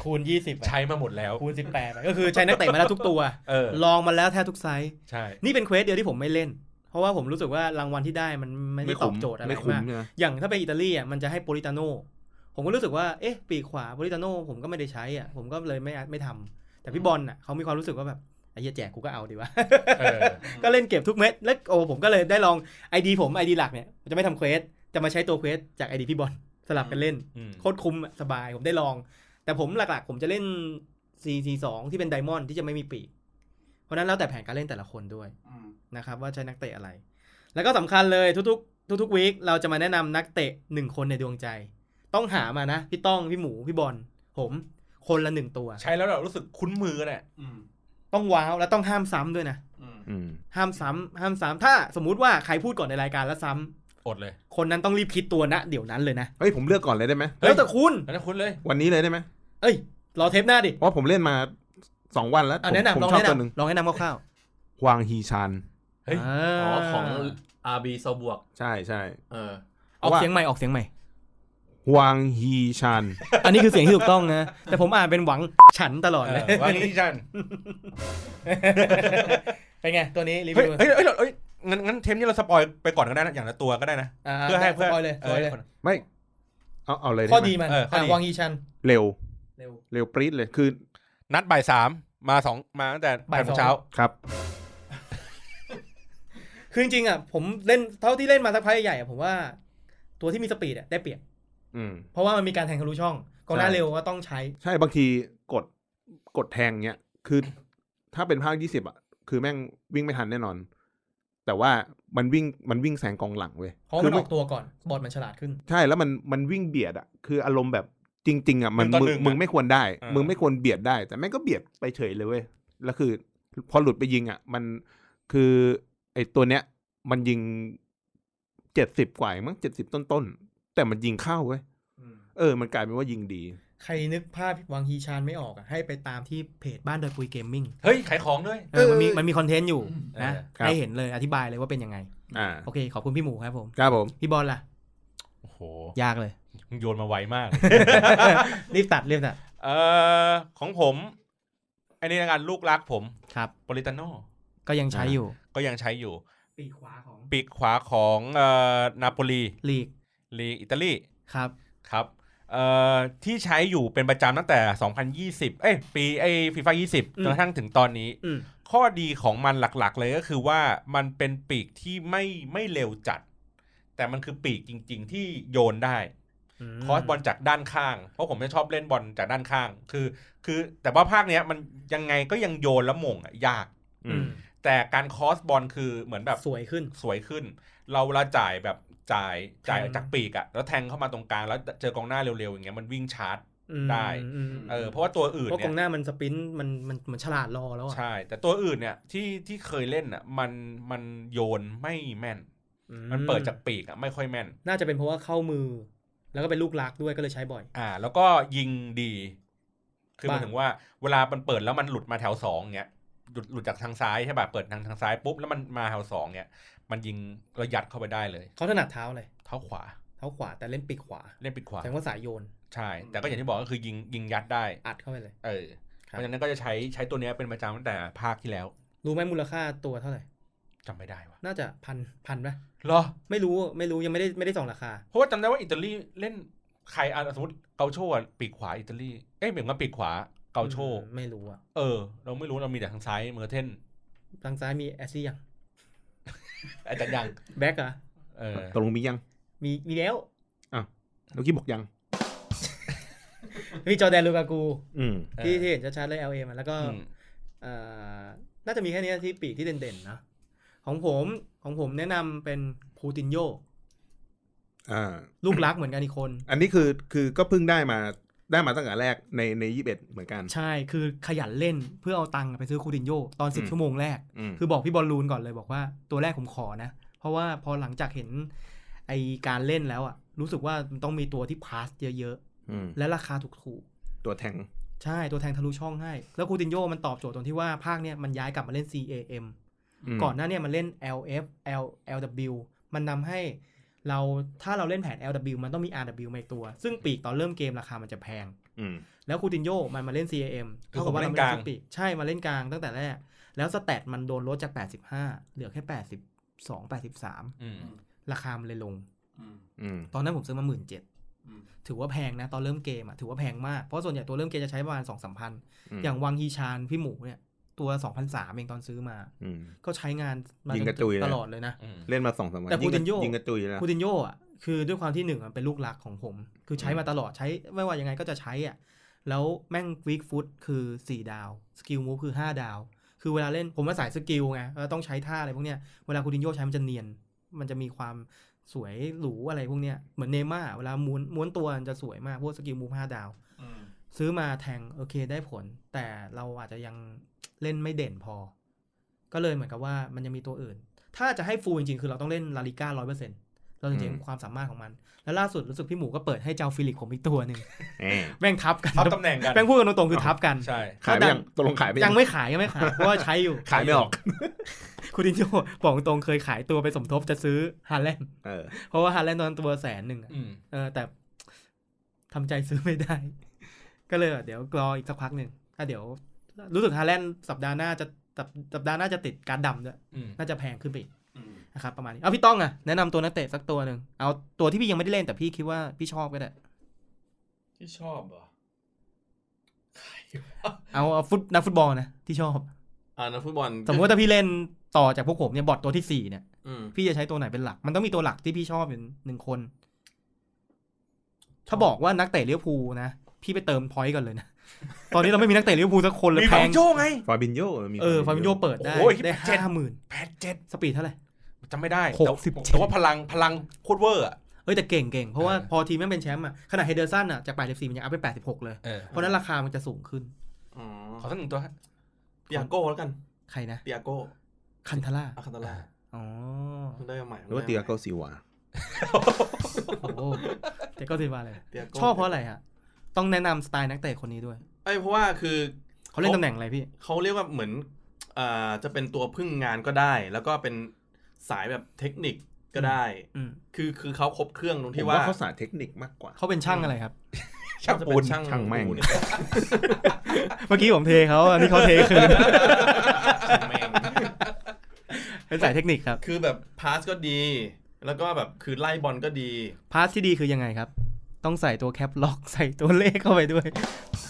B: คูณยี่สิบ
A: ใช้มาหมดแล้ว
B: คูณสิบแปดก็คือใช้นักเตะมาแล้วทุกตัว
A: เออ
B: ลองมาแล้วแทบทุกไซส์
A: ใช่
B: นี่เป็นเควสเดียวที่ผมไม่เล่น เพราะว่าผมรู้สึกว่ารางวัลที่ได้มันไม่ได้ตอบโจทย์อะไร
C: ไม่คุ้ม
B: มาก
C: ใช่ไหม
B: อย่างถ้าไปอิตาลีอ่ะมันจะให้โปลิตาโนผมก็รู้สึกว่า เอ๊ะ ปีกขวาโปลิตาโนผมก็ไม่ได้ใช้อ่ะ ผมก็เลยไม่ไม่ทำแต่พี่บอลน่ะเขามีความรู้สึกว่าแบบไอ้เหี้ยแจกกูก็เอาดีวะ
A: เอ อ
B: ก็เล่นเก็บทุกเม็ด แล้วโอ้ผมก็เลยได้ลองไอดีผมไอดีหลักเนี่ยจะไม่ทำเควส จะมาใช้ตัวเควสจากไอดีพี่บอลสลับกันเล่น
A: อืม
B: โคตรคุ้มอะสบายผมได้ลอง แต่ผมหลักๆ ผมจะเล่น 4-4-2 ที่เป็นไดมอนด์ที่จะไม่มีปีก เพราะฉะนั้นแล้วแต่แผนการเล่นแต่ละคนด้วยนะครับ ว่าใช้นักเตะอะไร แล้วก็สำคัญเลยทุกๆ ทุกๆวีคเราจะมาแนะนำนักเตะหนึ่งคนในดวงใจ ต้องหามานะ พี่ต้อง พี่หมู พี่บอลผมคนละหนึ่งตัว
A: ใช้แล้วเรารู้สึกคุ้นมือกันอะ
B: ต้องว้าวและต้องห้ามซ้ำด้วยนะ
C: อืม
B: ห้ามซ้ำห้ามซ้ำถ้าสมมุติว่าใครพูดก่อนในรายการแล้วซ้ำ
A: อดเลย
B: คนนั้นต้องรีบคิดตัวนะเดี๋ยวนั้นเลยนะ
C: เฮ้ยผมเลือกก่อนเลยได้ไหม
B: แล้วแต่คุณ
A: อันนั้นคุ้นเลย
C: วันนี้เลยได้ไหม
B: เอ้ย รอเทปหน้าดิ
C: เพราะผมเล่นมาสองวันแล้ว
B: อ่ะแนะ
C: ผม
B: นำลอง
C: ชอบ
B: แนะ
C: ตัวหนึ่ง
B: นำลองแนะนำคร่าวๆ
C: ฮวางฮีชาน
A: เฮ้ย
D: อ๋อของ RB ซาบวก
C: ใช่ใช่
D: เออ
B: ออกเสียงใหม่ออกเสียงใหม่
C: ฮวางฮีชาน
B: อันนี้คือเสียงที่ถูกต้องนะ แต่ผมอ่านเป็นหวังฉันตลอดเลย
A: เออว่างี้ จัน
B: เป็นไง ตัวนี้รี
A: เฮ้
B: วิ
A: ยว เฮ้ยเฮ้ยเราเอ้ยงั้นงั้นเทมนี้เราสปอยไปก่อนก็ได้นะ อย่างละตัวก็ได้นะ
B: า
A: เพื่อให้เพื่อ
B: สปอยเลยสปอยเลย
A: ออ
C: ไม่เอาเอาเลย
B: ข้อ
C: ไไหม
B: ดีมัน
A: เออข้อดี
B: อ่ะวังอีชัน
C: เร็ว
B: เร็ว
C: เร็วปรี๊ดเลยคือ
A: นัดบ่ายสามมาสองมาตั้งแต่แป
B: บ่าย
A: ดโม
B: สอง ง
A: เช้า
C: ครับ
B: คือจริงๆอ่ะผมเล่นเท่าที่เล่นมาสักพักใหญ่ๆอ่ะผมว่า ตัวที่มีสปีดอ่ะได้เปรียบ
C: อืม
B: เพราะว่ามันมีการแทงทะลุช่องกองหน้า
C: ใช่
B: เร็วก็ต้องใช้
C: ใช่บางทีกดกดแทงเนี้ยคือถ้าเป็นภาคยี่สิบอ่ะ คือแม่งวิ่งไม่ทันแน่นอน แต่ว่ามันวิ่งมันวิ่งแซงกองหลังเว้ย
B: เพราะ
C: คื
B: มันอ
C: ไม่
B: อกตัวก่อนบอลมันฉลาดขึ้น
C: ใช่แล้วมันมันวิ่งเบียดอ่ะ คืออารมณ์แบบจริง ๆอ่ะมั
A: ห
C: น
A: นึ่งต่อ
C: มึ
A: หนึ่
C: ง
A: งอะ
C: มึงไม่ควรได้
A: อ่ามึ
C: มึงไม่ควรเบียดได้ แต่แม่งก็เบียดไปเฉยเลยเว้ยแล้วคือ พอหลุดไปยิงอ่ะ มันคือไอตัวเนี้ย มันยิงเจ็ดสิบกว่าเองมั้งเจ็ดสิบต้นๆแต่มันยิงเข้าเว้ยเออ มันกลายเป็นว่ายิงดี
B: ใครนึกภาพวังฮีชานไม่ออกอ่ะให้ไปตามที่เพจบ้านดอยปุยเกมมิ่ง
A: เฮ้ย ขายของด้วย
B: เออมันมีมันมีคอนเทนต์อยู่นะ
A: เออ
C: ครับ
B: ให้เห็นเลยอธิบายเลยว่าเป็นยังไง
C: อ่า
B: โอเค ขอบคุณพี่หมูครับผม
C: ครับผม
B: พี่บอลล่ะ
A: โอ้โห
B: ยากเลย
A: มึงโยนมาไวมาก
B: รีบตัดรีบตัด
A: เออของผม อันนี้ละกันลูกรักผม
B: ครับ
A: โปลิตาโน
B: ก็ยังใช้อยู่
A: ก็ยังใช้อยู่
B: ปีขวาของ
A: ปีกขวาของเอ่อนาโปลี
B: ลีก
A: ลีกอิตาลี
B: ครับ
A: ครับเอ่อที่ใช้อยู่เป็นประจำตั้งแต่ 2020 เอ้ยปีไอ้ฟีฟ่า
B: อื
A: 20
B: ม
A: จนกระทั่งถึงตอนนี้
B: อืม
A: ข้อดีของมันหลักๆ เลยก็คือว่ามันเป็นปีกที่ไม่ไม่เร็วจัด แต่มันคือปีกจริง ๆ ที่โยนได้ คอสบอลจากด้านข้าง เพราะผมจะชอบเล่นบอลจากด้านข้าง คือ คือแต่ว่าภาคเนี้ยมันยังไงก็ยังโยนแล้วหม่งอะยาก
C: อืม
A: แต่การคอสบอลคือเหมือนแบบ
B: สวยขึ้น
A: สวยขึ้น เราเวลาจ่ายแบบจ่ายจ่าย
B: แทง
A: จากปีกอะแล้วแทงเข้ามาตรงกลางแล้วเจอกองหน้าเร็วๆอย่างเงี้ยมันวิ่งชาร์จ
B: อืม
A: ได้
B: อืม
A: เออเพราะว่าตัวอื่น
B: เพราะก
A: เนี่
B: อง
A: ย
B: หน้ามันสปรินต์มันมันมันฉลาดรอแล้วอ่ะ
A: ใช่ แต่ตัวอื่นเนี่ยที่ที่เคยเล่นอะมันมันโยนไม่แม่น
B: อื
A: มันเปิดจากปีกอะไม่ค่อยแม่น
B: น่าจะเป็นเพราะว่าเข้ามือ แล้วก็เป็นลูกรักด้วยก็เลยใช้บ่อย
A: อ่า แล้วก็ยิงดี คือห
B: บ้า
A: มา
B: ง
A: ยถึงว่าเวลามันเปิดแล้วมันหลุดมาแถวสองเงี้ยหลุดหลุดจากทางซ้ายใช่ป่ะเปิดทางทางซ้ายปุ๊บแล้วมันมาแถวสองเงี้ยมันยิงเรายัดเข้าไปได้เลย
B: เขาถนัดเท้าเลย
A: เท้าขวา
B: เท้าขวาแต่เล่นปีกขวา
A: เล่นปิดขวา
B: แสดงว่าสายโยน
A: ใช่ แต่ก็อย่างที่บอกก็คือยิงยิงยัดได้
B: อัดเข้าไปเลย
A: เออ
B: ค
A: เพ
B: รับ
A: ราะฉะนั้นก็จะใช้ใช้ตัวเนี้ยเป็นประจำตั้งแต่ภาคที่แล้ว
B: รู้ไหมมูลค่าตัวเท่าไหร่
A: จำไม่ได้ว่ะ
B: น่าจะพันพันไหม
A: เหรอ
B: ไม่รู้ไม่รู้ยังไม่ได้ไม่ได้ส่องราคา
A: เพราะว่าจำได้ว่าอิตาลีเล่นใครอ่ะสมมติเกาโชอะปีกขวาอิตาลีเอ้ยเหมือนกับปีกขวาเกาโช
B: อืมไม่รู้อะ
A: เออ เราไม่รู้เรามีแต่ทางซ้ายเมอร์เทน
B: ทางซ้ายมีแอชลี่ยัง
A: อาจารย์ยัง
B: แบ็กอะ
A: เออ
C: ตกลงมียัง
B: มีมีแล้ว
C: เมื่อกี้บอกยัง
B: มีจอร์แดนลูกากู
C: อืม
B: ที่ที่เห็นชัดๆเลยเอลเอมาแล้วก็
A: อืม
B: เอ่อน่าจะมีแค่นี้ที่ปีกที่เด่นๆนะ ของผมของผมแนะนำเป็นคูตินโย
C: อ่า
B: ลูกรักเหมือนกันอีกคน
C: อันนี้คือคือก็เพิ่งได้มาได้มาตั้งแต่แรกในในยี่สิบเอ็ดเหมือนกัน
B: ใช่คือขยันเล่นเพื่อเอาตังค์ไปซื้อคูตินโยตอน
C: อืม
B: 10 ชั่วโมงแรก
C: อืม
B: คือบอกพี่บอลลูนก่อนเลยบอกว่าตัวแรกผมขอนะ เพราะว่าพอหลังจากเห็นไอการเล่นแล้วอะรู้สึกว่ามันต้องมีตัวที่พาสเยอะ
C: ม
B: ๆและราคาถูกๆ
C: ตัวแทง
B: ใช่ ตัวแทงทะลุช่องให้ แล้วคูตินโยมันตอบโจทย์ตรงที่ว่า ภาคเนี่ยมันย้ายกลับมาเล่น CAM
C: อืม
B: ก่อนหน้าเนี่ยมันเล่น LF L LW มันนำให้เราถ้าเราเล่นแผน LW มันต้องมี RW มาอีกตัว ซึ่งปีกตอนเริ่มเกมราคามันจะแพง
C: อืม
B: แล้วคูตินโยมันมาเล่น CAM
A: คือ
B: เท่ากับว่า
A: ผม
B: เรา
A: เล่
B: ไม่
A: นกลาง
B: ได้ซื้อปีกใช่มาเล่นกลางตั้งแต่แรก แล้วสแตทมันโดนลดจาก 85 เหลือแค่ 82
A: อืม
B: 83 ราคามันเลยลง
C: อืม
B: ตอนนั้นผมซื้อมาหมื่นเจ็ด
D: อืม
B: ถือว่าแพงนะ ตอนเริ่มเกมอะถือว่าแพงมาก เพราะส่วนใหญ่ตัวเริ่มเกมจะใช้ประมาณสองสามพัน
C: อืม
B: อย่างวังฮีชานพี่หมูเนี่ย ตัวสองพันสามเองตอนซื้อมา
C: อืม
B: ก็ใช้งานมา
C: ยิงกระจุยเลย
B: ตลอดเลยนะ
A: อืม
C: เล่นมาสองสามวัน
B: แต่
C: งกระ
B: คูตินโญ่
C: ยิงกระจุยแล้ว
B: คูตินโยอ่ะคือด้วยความที่หนึ่งมันเป็นลูกหลักของผม คือใช้มาตลอดใช้ไม่ว่ายังไงก็จะใช้อ่ะแล้วแม่งวิกฟุตคือ 4 ดาว สกิลมูฟคือ 5 ดาว คือเวลาเล่นผมมาสายสกิลไงก็ต้องใช้ท่าอะไรพวกเนี้ยเวลาคูตินโยใช้มันจะเนียน มันจะมีความสวยหรูอะไรพวกเนี้ยเหมือนเนย์ม่าร์เวลาม้วนม้วนตัวมันจะสวยมากพวกสกิลมูฟห้าดาว ซื้อมาแทงโอเคได้ผล แต่เราอาจจะยังเล่นไม่เด่นพอ ก็เลยเหมือนกับว่ามันยังมีตัวอื่น ถ้าจะให้ฟูลจริงๆ คือเราต้องเล่นลาลิก้าร้อยเปอร์เซ็นต์เราถึงจะเห็น
C: อืม
B: ความสามารถของมัน แล้วล่าสุดรู้สึกพี่หมูก็เปิดให้เจ้าฟิลิปผมอีกตัว หนึ่ง
C: เออ
B: แม่งทับกัน
A: ทับตำแหน่งกัน
B: แม่งพูดกันตรงๆคือทับกัน
A: ใช่
C: ขายไปยังตกลงขายไปยั
B: ยังไม่ขายยังไม่ขายเพราะว่าใช้อยู่
C: ขายไม่ออก
B: คุณดินโจบอกตรงเคยขายตัวไปสมทบจะซื้อฮาแลนด์
C: เออ
B: เพราะว่าฮาแลนด์ตอนนนตัวแสนหนึ่งอะ
A: อืม
B: เออแต่ทำใจซื้อไม่ได้ ก็เลยแบบเดี๋ยวรออีกสักพักหนึ่งถ้าเดี๋ยวรู้สึกฮาแลนด์สัปดาห์หน้าจะสัปสัปดาห์หน้าจะติดการดดำด้วย
A: อืม
B: น่าจะแพงขึ้นไปอีกนะครับประมาณนี้เอาพี่ต้องอะแนะนำตัวนักเตะสักตัวหนึ่งเอาตัวที่พี่ยังไม่ได้เล่นแต่พี่คิดว่าพี่ชอบก็ได้
D: ที่ชอบเหรอ
B: เอาเอาฟุตนักฟุตบอลนะที่ชอบ
D: อ่านักฟุตบอล
B: สมมติว่าถ้าพี่เล่นต่อจากพวกผมเนี่ยบอทตัวที่สี่เนี่ย
D: อืม
B: พี่จะใช้ตัวไหนเป็นหลัก มันต้องมีตัวหลักที่พี่ชอบอยู่หนึ่งคน ถ้าบอกว่านักเตะเลี้ยวภูลนะพี่ไปเติมพอยต์ก่อนเลยนะตอนนี้เราไม่มีนักเตะเลี้ยวภูลสักคนเลย
A: มี
B: แพ
A: ฟาง บินโยไง
C: ฟาบินโยมี
B: เออฟาบินโยเปิดได้
A: โอ้ย
B: ได้
A: เจ็ด
B: ห้าหมื่น
A: แปดเจ็ด
B: สปีดเท่าไหร่
A: จำไม่ได้
B: ห
A: แต่
B: กสิบเจ็ด
A: แต่ว่าพลังพลังโคตรเวอร์อะ
B: เอ้ยแต่เก่งเก่งเพราะว่า
A: เออ
B: พอทีมแม่งเป็นแชมป์อ่ะขนาดเฮเดอร์สันอ่ะจาก84มันยังอัพไป86 เลย
A: เออ
B: เพราะฉะนั้นราคามันจะสูงขึ้น
D: อ๋อ
A: ขอสักหนึ่งตัวฮะ
D: เตียโก้แล้วกัน
B: ใครนะ
D: เตียโก้
B: คันทาร่า
D: อาคันตาล่า
B: อ๋อ
D: เพิ่งได้มาใหม่
C: หรือว่าเตียโกซิวา
B: โอ้โหแต่ก็ถือว่าเลย
D: เตียโก้
B: ชอบเพราะอะไรฮะต้องแนะนำสไตล์นักเตะคนนี้ด้วย
D: เอ้ยเพราะว่าคือ
B: เขาเล่นตำแหน่งอะไรพี่
D: เขาเรียกว่าเหมือนอ่าจะเป็นตัวพึ่งงานก็ได้ แล้วก็เป็นสายแบบเทคนิคก็ได้
B: อืม
D: คือคือเขาครบเครื่องตรง
C: ผม
D: ที่
C: ว่า
D: ว่า
C: เขาสายเทคนิคมากกว่า
B: เขาเป็นช่างอะไรครับ
A: ช่าง
D: จะ
A: ปู
D: เป็น นช่าง
C: ช่างแม่ง
D: ปูน
B: เมื่อกี้ผมเทเขาอันนี้เขาเทคืน
D: ช่างแม่ง
B: เป็นสายเทคนิคครับ
D: คือแบบพาสก็ดี แล้วก็แบบคือไล่บอลก็ดี
B: พาสที่ดีคือยังไงครับ ต้องใส่ตัวแคปล็อก ใส่ตัวเลขเข้าไปด้วย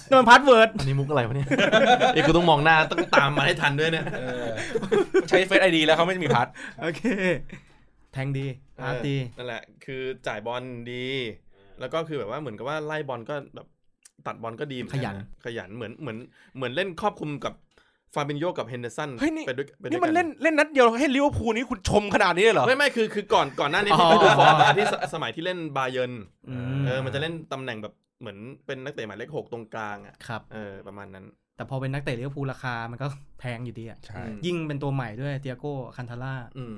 B: นั่นมันพาสเวิร์ด
D: อันนี้มุกอะไรวะเนี่ย เอ้ยกูต้องมองหน้าต้องตามมาให้ทันด้วยเนี่ย
A: เออใช้เฟซไอดีแล้วเขาไม่มีพัด
B: โอเค แทงดีอาร์ต
D: เออ
B: ดี
D: นั่นแหละ คือจ่ายบอลดี แล้วก็คือแบบว่าเหมือนกับว่าไล่บอลก็แบบตัดบอลก็ดีเหมือกั
B: ขยัน
D: ขยัน เหมือนเหมือนเหมือนเล่นครอบคลุมกับ ฟาบินโยกับเฮนเดอร์สัน
A: เฮ้ยนี่
D: ไปด้วยไปด้วยกั
A: นี่มันเล่นเล่นนัดเดียวให้ลิเวอร์พูลนี่คุณชมขนาดนี้เลยเหรอ
D: ไม่ไม่คือคือก่อนก่อนหน้านี้
B: อ๋อ
D: ที่ไปดูฟอร์มมาที่สสมัยที่เล่นบาเยิร์น
B: อื
D: เออ
B: ม
D: มันจะเล่นตำแหน่งแบบเหมือนเป็นนักเตะหมายเลขหกตรงกลางอ่ะ
B: ครับ
D: เออประมาณนั้น
B: แต่พอเป็นนักเตะลิเวอร์พูลราคามันก็แพงอยู่ดีอ่ะ
A: ใช่
D: อืม
B: ยิ่งเป็นตัวใหม่ด้วยเตียโก้คันทาร่า
D: อืม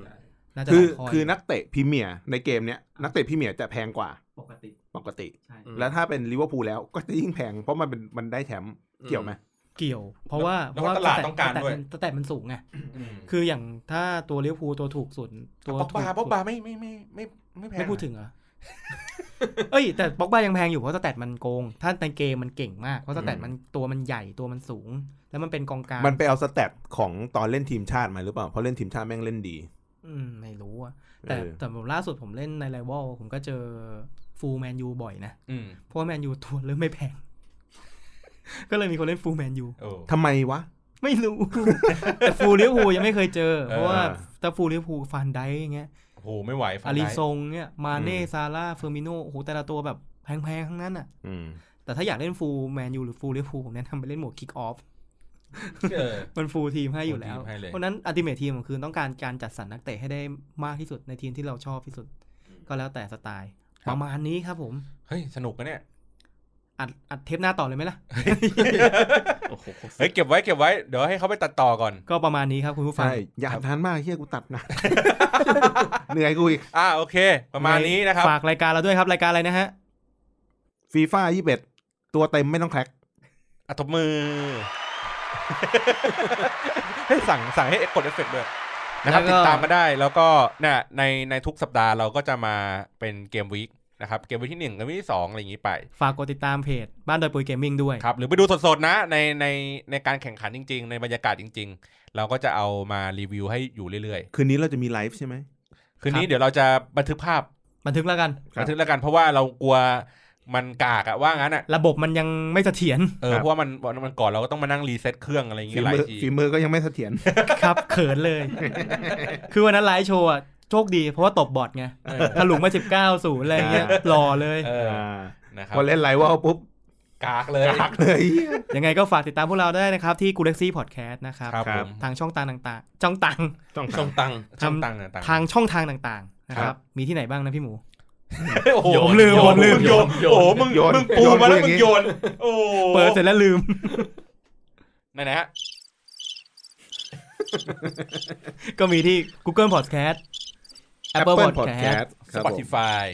B: น่าจะ
C: คือ
B: หลังย
C: คือนักเตะพรีเมียร์ในเกมเนี้ยนักเตะพรีเมียร์จะแพงกว่า
B: ปกติ
C: ปกติ
B: ใช่
D: อืม
C: แล้วถ้าเป็นลิเวอร์พูลแล้วก็จะยิ่งแพง เพราะมันเป็นมันได้แชมป์เกี่ยวไหม
B: เกี่ยว เพราะว่า
A: แล้ว
B: เพราะว่า
A: ตลาดต้องการ
B: แต่
A: ด้วย
B: มันแต่มันสูงไง
A: อืม
B: คืออย่างถ้าตัวลิเวอร์พูลตัวถูกสุดตัว
A: ป๊อก
B: ถู
A: บาก ป๊อกบา
B: สุด
A: ไม่ไม่ไม่ไม่ไม่แพง
B: ไม่พูดถึงเหรอ เอ้ย แต่บ็อกบ้ายังแพงอยู่เพราะสแตทมันโกง ถ้าในเกมมันเก่งมากเพราะสแตทมันตัวมันใหญ่ตัวมันสูง แล้วมันเป็นกองกลาง
C: มันไปเอาสแตทของตอนเล่นทีมชาติมาหรือเปล่าเพราะเล่นทีมชาติแม่งเล่นดี
B: อืมไม่รู้อะแต่
C: เออ
B: แต่ผมล่าสุดผมเล่นในไลวอลผมก็เจอฟูลแมนยูบ่อยนะ
A: อืม
B: เพราะว่าแมนยูตัวเริ่มไม่แพง ก็เลยมีคนเล่นฟูลแมนยู
A: โอ้
C: ทำไมวะ
B: ไม่รู้ แต่ฟูลลิเวอร์พูลยังไม่เคยเจอ
A: เออ
B: เพราะว่าถ้าฟูลลิเวอร์พูลฟานไดค์อย่างเงี้ย
A: โหไม่ไหวฟั
B: อาน ริ
A: ได้
B: ซงเนี่ยมาเน่ซาร่าเฟอร์มิโนโอ้โหแต่ละตัวแบบแพงๆทั้งนั้นอ่ะ
C: อืม
B: แต่ถ้าอยากเล่นฟูลแมนยูหรือฟูลลิเวอร์พูลผมแนะนำไปเล่นหมวดคิกออฟ
A: เออ
B: มันฟูลทีมให้อยู่แล้ว
A: full team ให้เลย
B: เพราะฉะนั้นอัติเมททีมของคือต้องการการจัดสรรนักเตะให้ได้มากที่สุดในทีมที่เราชอบที่สุด ก็แล้วแต่สไตล์ประมาณนี้ครับผม
A: เฮ้ยสนุกกันเนี่ย
B: อัดอัดเทปหน้าต่อเลยไหมล่ะ
D: โอ้โหโคตรสุด
A: เฮ้ยเก็บไว้เก็บไว้เดี๋ยวให้เขาไปตัดต่อก่อน
B: ก็ประมาณนี้ครับคุณผู้ฟัง
C: ใช่ อย่าทานมากเฮียกูตัดนะ เหนื่อยกูอีก
A: อ่าโอเค ประมาณนี้นะครับ
B: ฝากรายการเราด้วยครับ รายการอะไรนะฮะ
C: ฟีฟ่ายี่เป็ดตัวเต็มไม่ต้องแคร็ก
A: อะตบมือ ให้สั่งสั่งให้กดเอฟเฟกต์ด้วยนะครับ
B: แล้วก็
A: ติดตามมาได้แล้วก็เนี่ยในในทุกสัปดาห์เราก็จะมาเป็นเกมวีคนะครับ เกมวีคที่หนึ่งเกมวีคที่สองอะไรอย่างนี้ไป
B: ฝากกดติดตามเพจ บ้านดอยปุยเกมมิ่งด้วย
A: ครับ หรือไปดูสดๆนะในในในการแข่งขันจริง ๆ ในบรรยากาศจริง ๆ เราก็จะเอามารีวิวให้อยู่เรื่อย
C: คืนนี้เราจะมีไลฟ์ใช่ไหม
A: ๆ คืน
B: ค
A: นี้
B: รับ
A: เดี๋ยวเราจะบันทึกภาพ
B: บันทึกแล้วกัน
C: ครับ
A: บันทึกแล้วกันเพราะว่าเรากลัวมันกากอะว่างั้นอะ
B: ระบบมันยังไม่เสถียร
A: เออ
C: ครับ
A: เพราะว่ามันมันก่อนเราก็ต้องมานั่งรีเซ็ตเครื่องอะไรอย่าง
C: ฝี
A: เงี้ยหลาย
C: มือ
A: ที
C: ฝีมือก็ยังไม่เสถียร
B: ครับ เขินเลย คือวันนั้นไลฟ์โชว์อะโชคดีเพราะว่าตบบอดไง
A: เออ
B: ถลุงมา 19 0อะไรอย่างเงี้ยหล่อเลย
A: เออ
C: อ่า
A: นะครับ
C: พอเล่นไลฟ์ว่าวปุ๊บ
A: กากเลย
C: ตักเลยเหี้ย
B: ยังไงก็ฝากติดตามพวกเราได้นะครับ ที่กูเล็กซี่พอดแคสต์นะครับ
A: ครับ
C: ค
A: ผ
C: รับ
A: ม
B: ทางช่องทางต่างๆช่องต่าง
D: ช่องตัง
A: ช่อง
B: ทำ
A: ตังค์ต่าง
B: ทางช่องทางต่างๆนะค
C: ครั
B: รับ
C: บ
B: มีที่ไหนบ้างนะพี่หมู
A: โอ้โห
D: โย
A: ผ
D: น
A: มลืม
D: โยน
A: ผมลืม
D: โย
A: โย
D: น
A: น
D: โยน
A: โอ้โหมึง
C: โยน
A: มึงปู
C: โยน
A: มาแล้วมึ
C: กูอ
A: ง
C: ย่างงี้
A: โยน โอ้โห
B: เปิดเสร็จแล้วลืม
A: ไหนๆฮะ
B: ก็มีที่ Google Podcast Apple Podcast
C: Podcast ครับผม
A: Spotify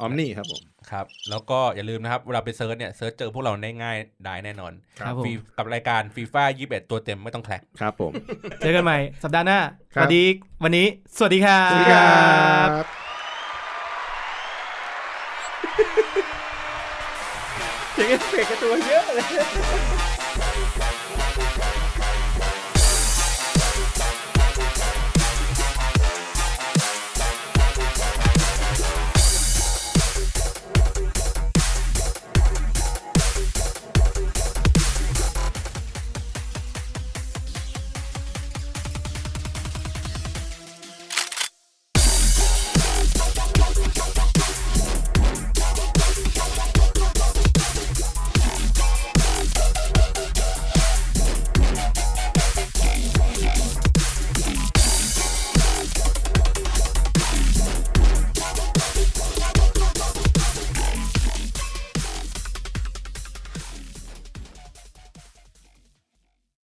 C: ออมนี่ครับผม
A: ครับ แล้วก็อย่าลืมนะครับ เวลาไปเซิร์ชเนี่ยเซิร์ชเจอพวกเราได้ง่ายได้แน่นอน
B: ครับผม
A: ฟรีกับรายการฟีฟ่า21 ตัวเต็มไม่ต้องแคลก
C: ครับผม
B: เจอกันใหม่ สัปดาห์หน้า ส
C: ครับ
B: วัสดี วันนี้ สวัสดีครับ
C: สวัสดีครับเสียงเอฟเฟกต์กับตัวเยอะเลย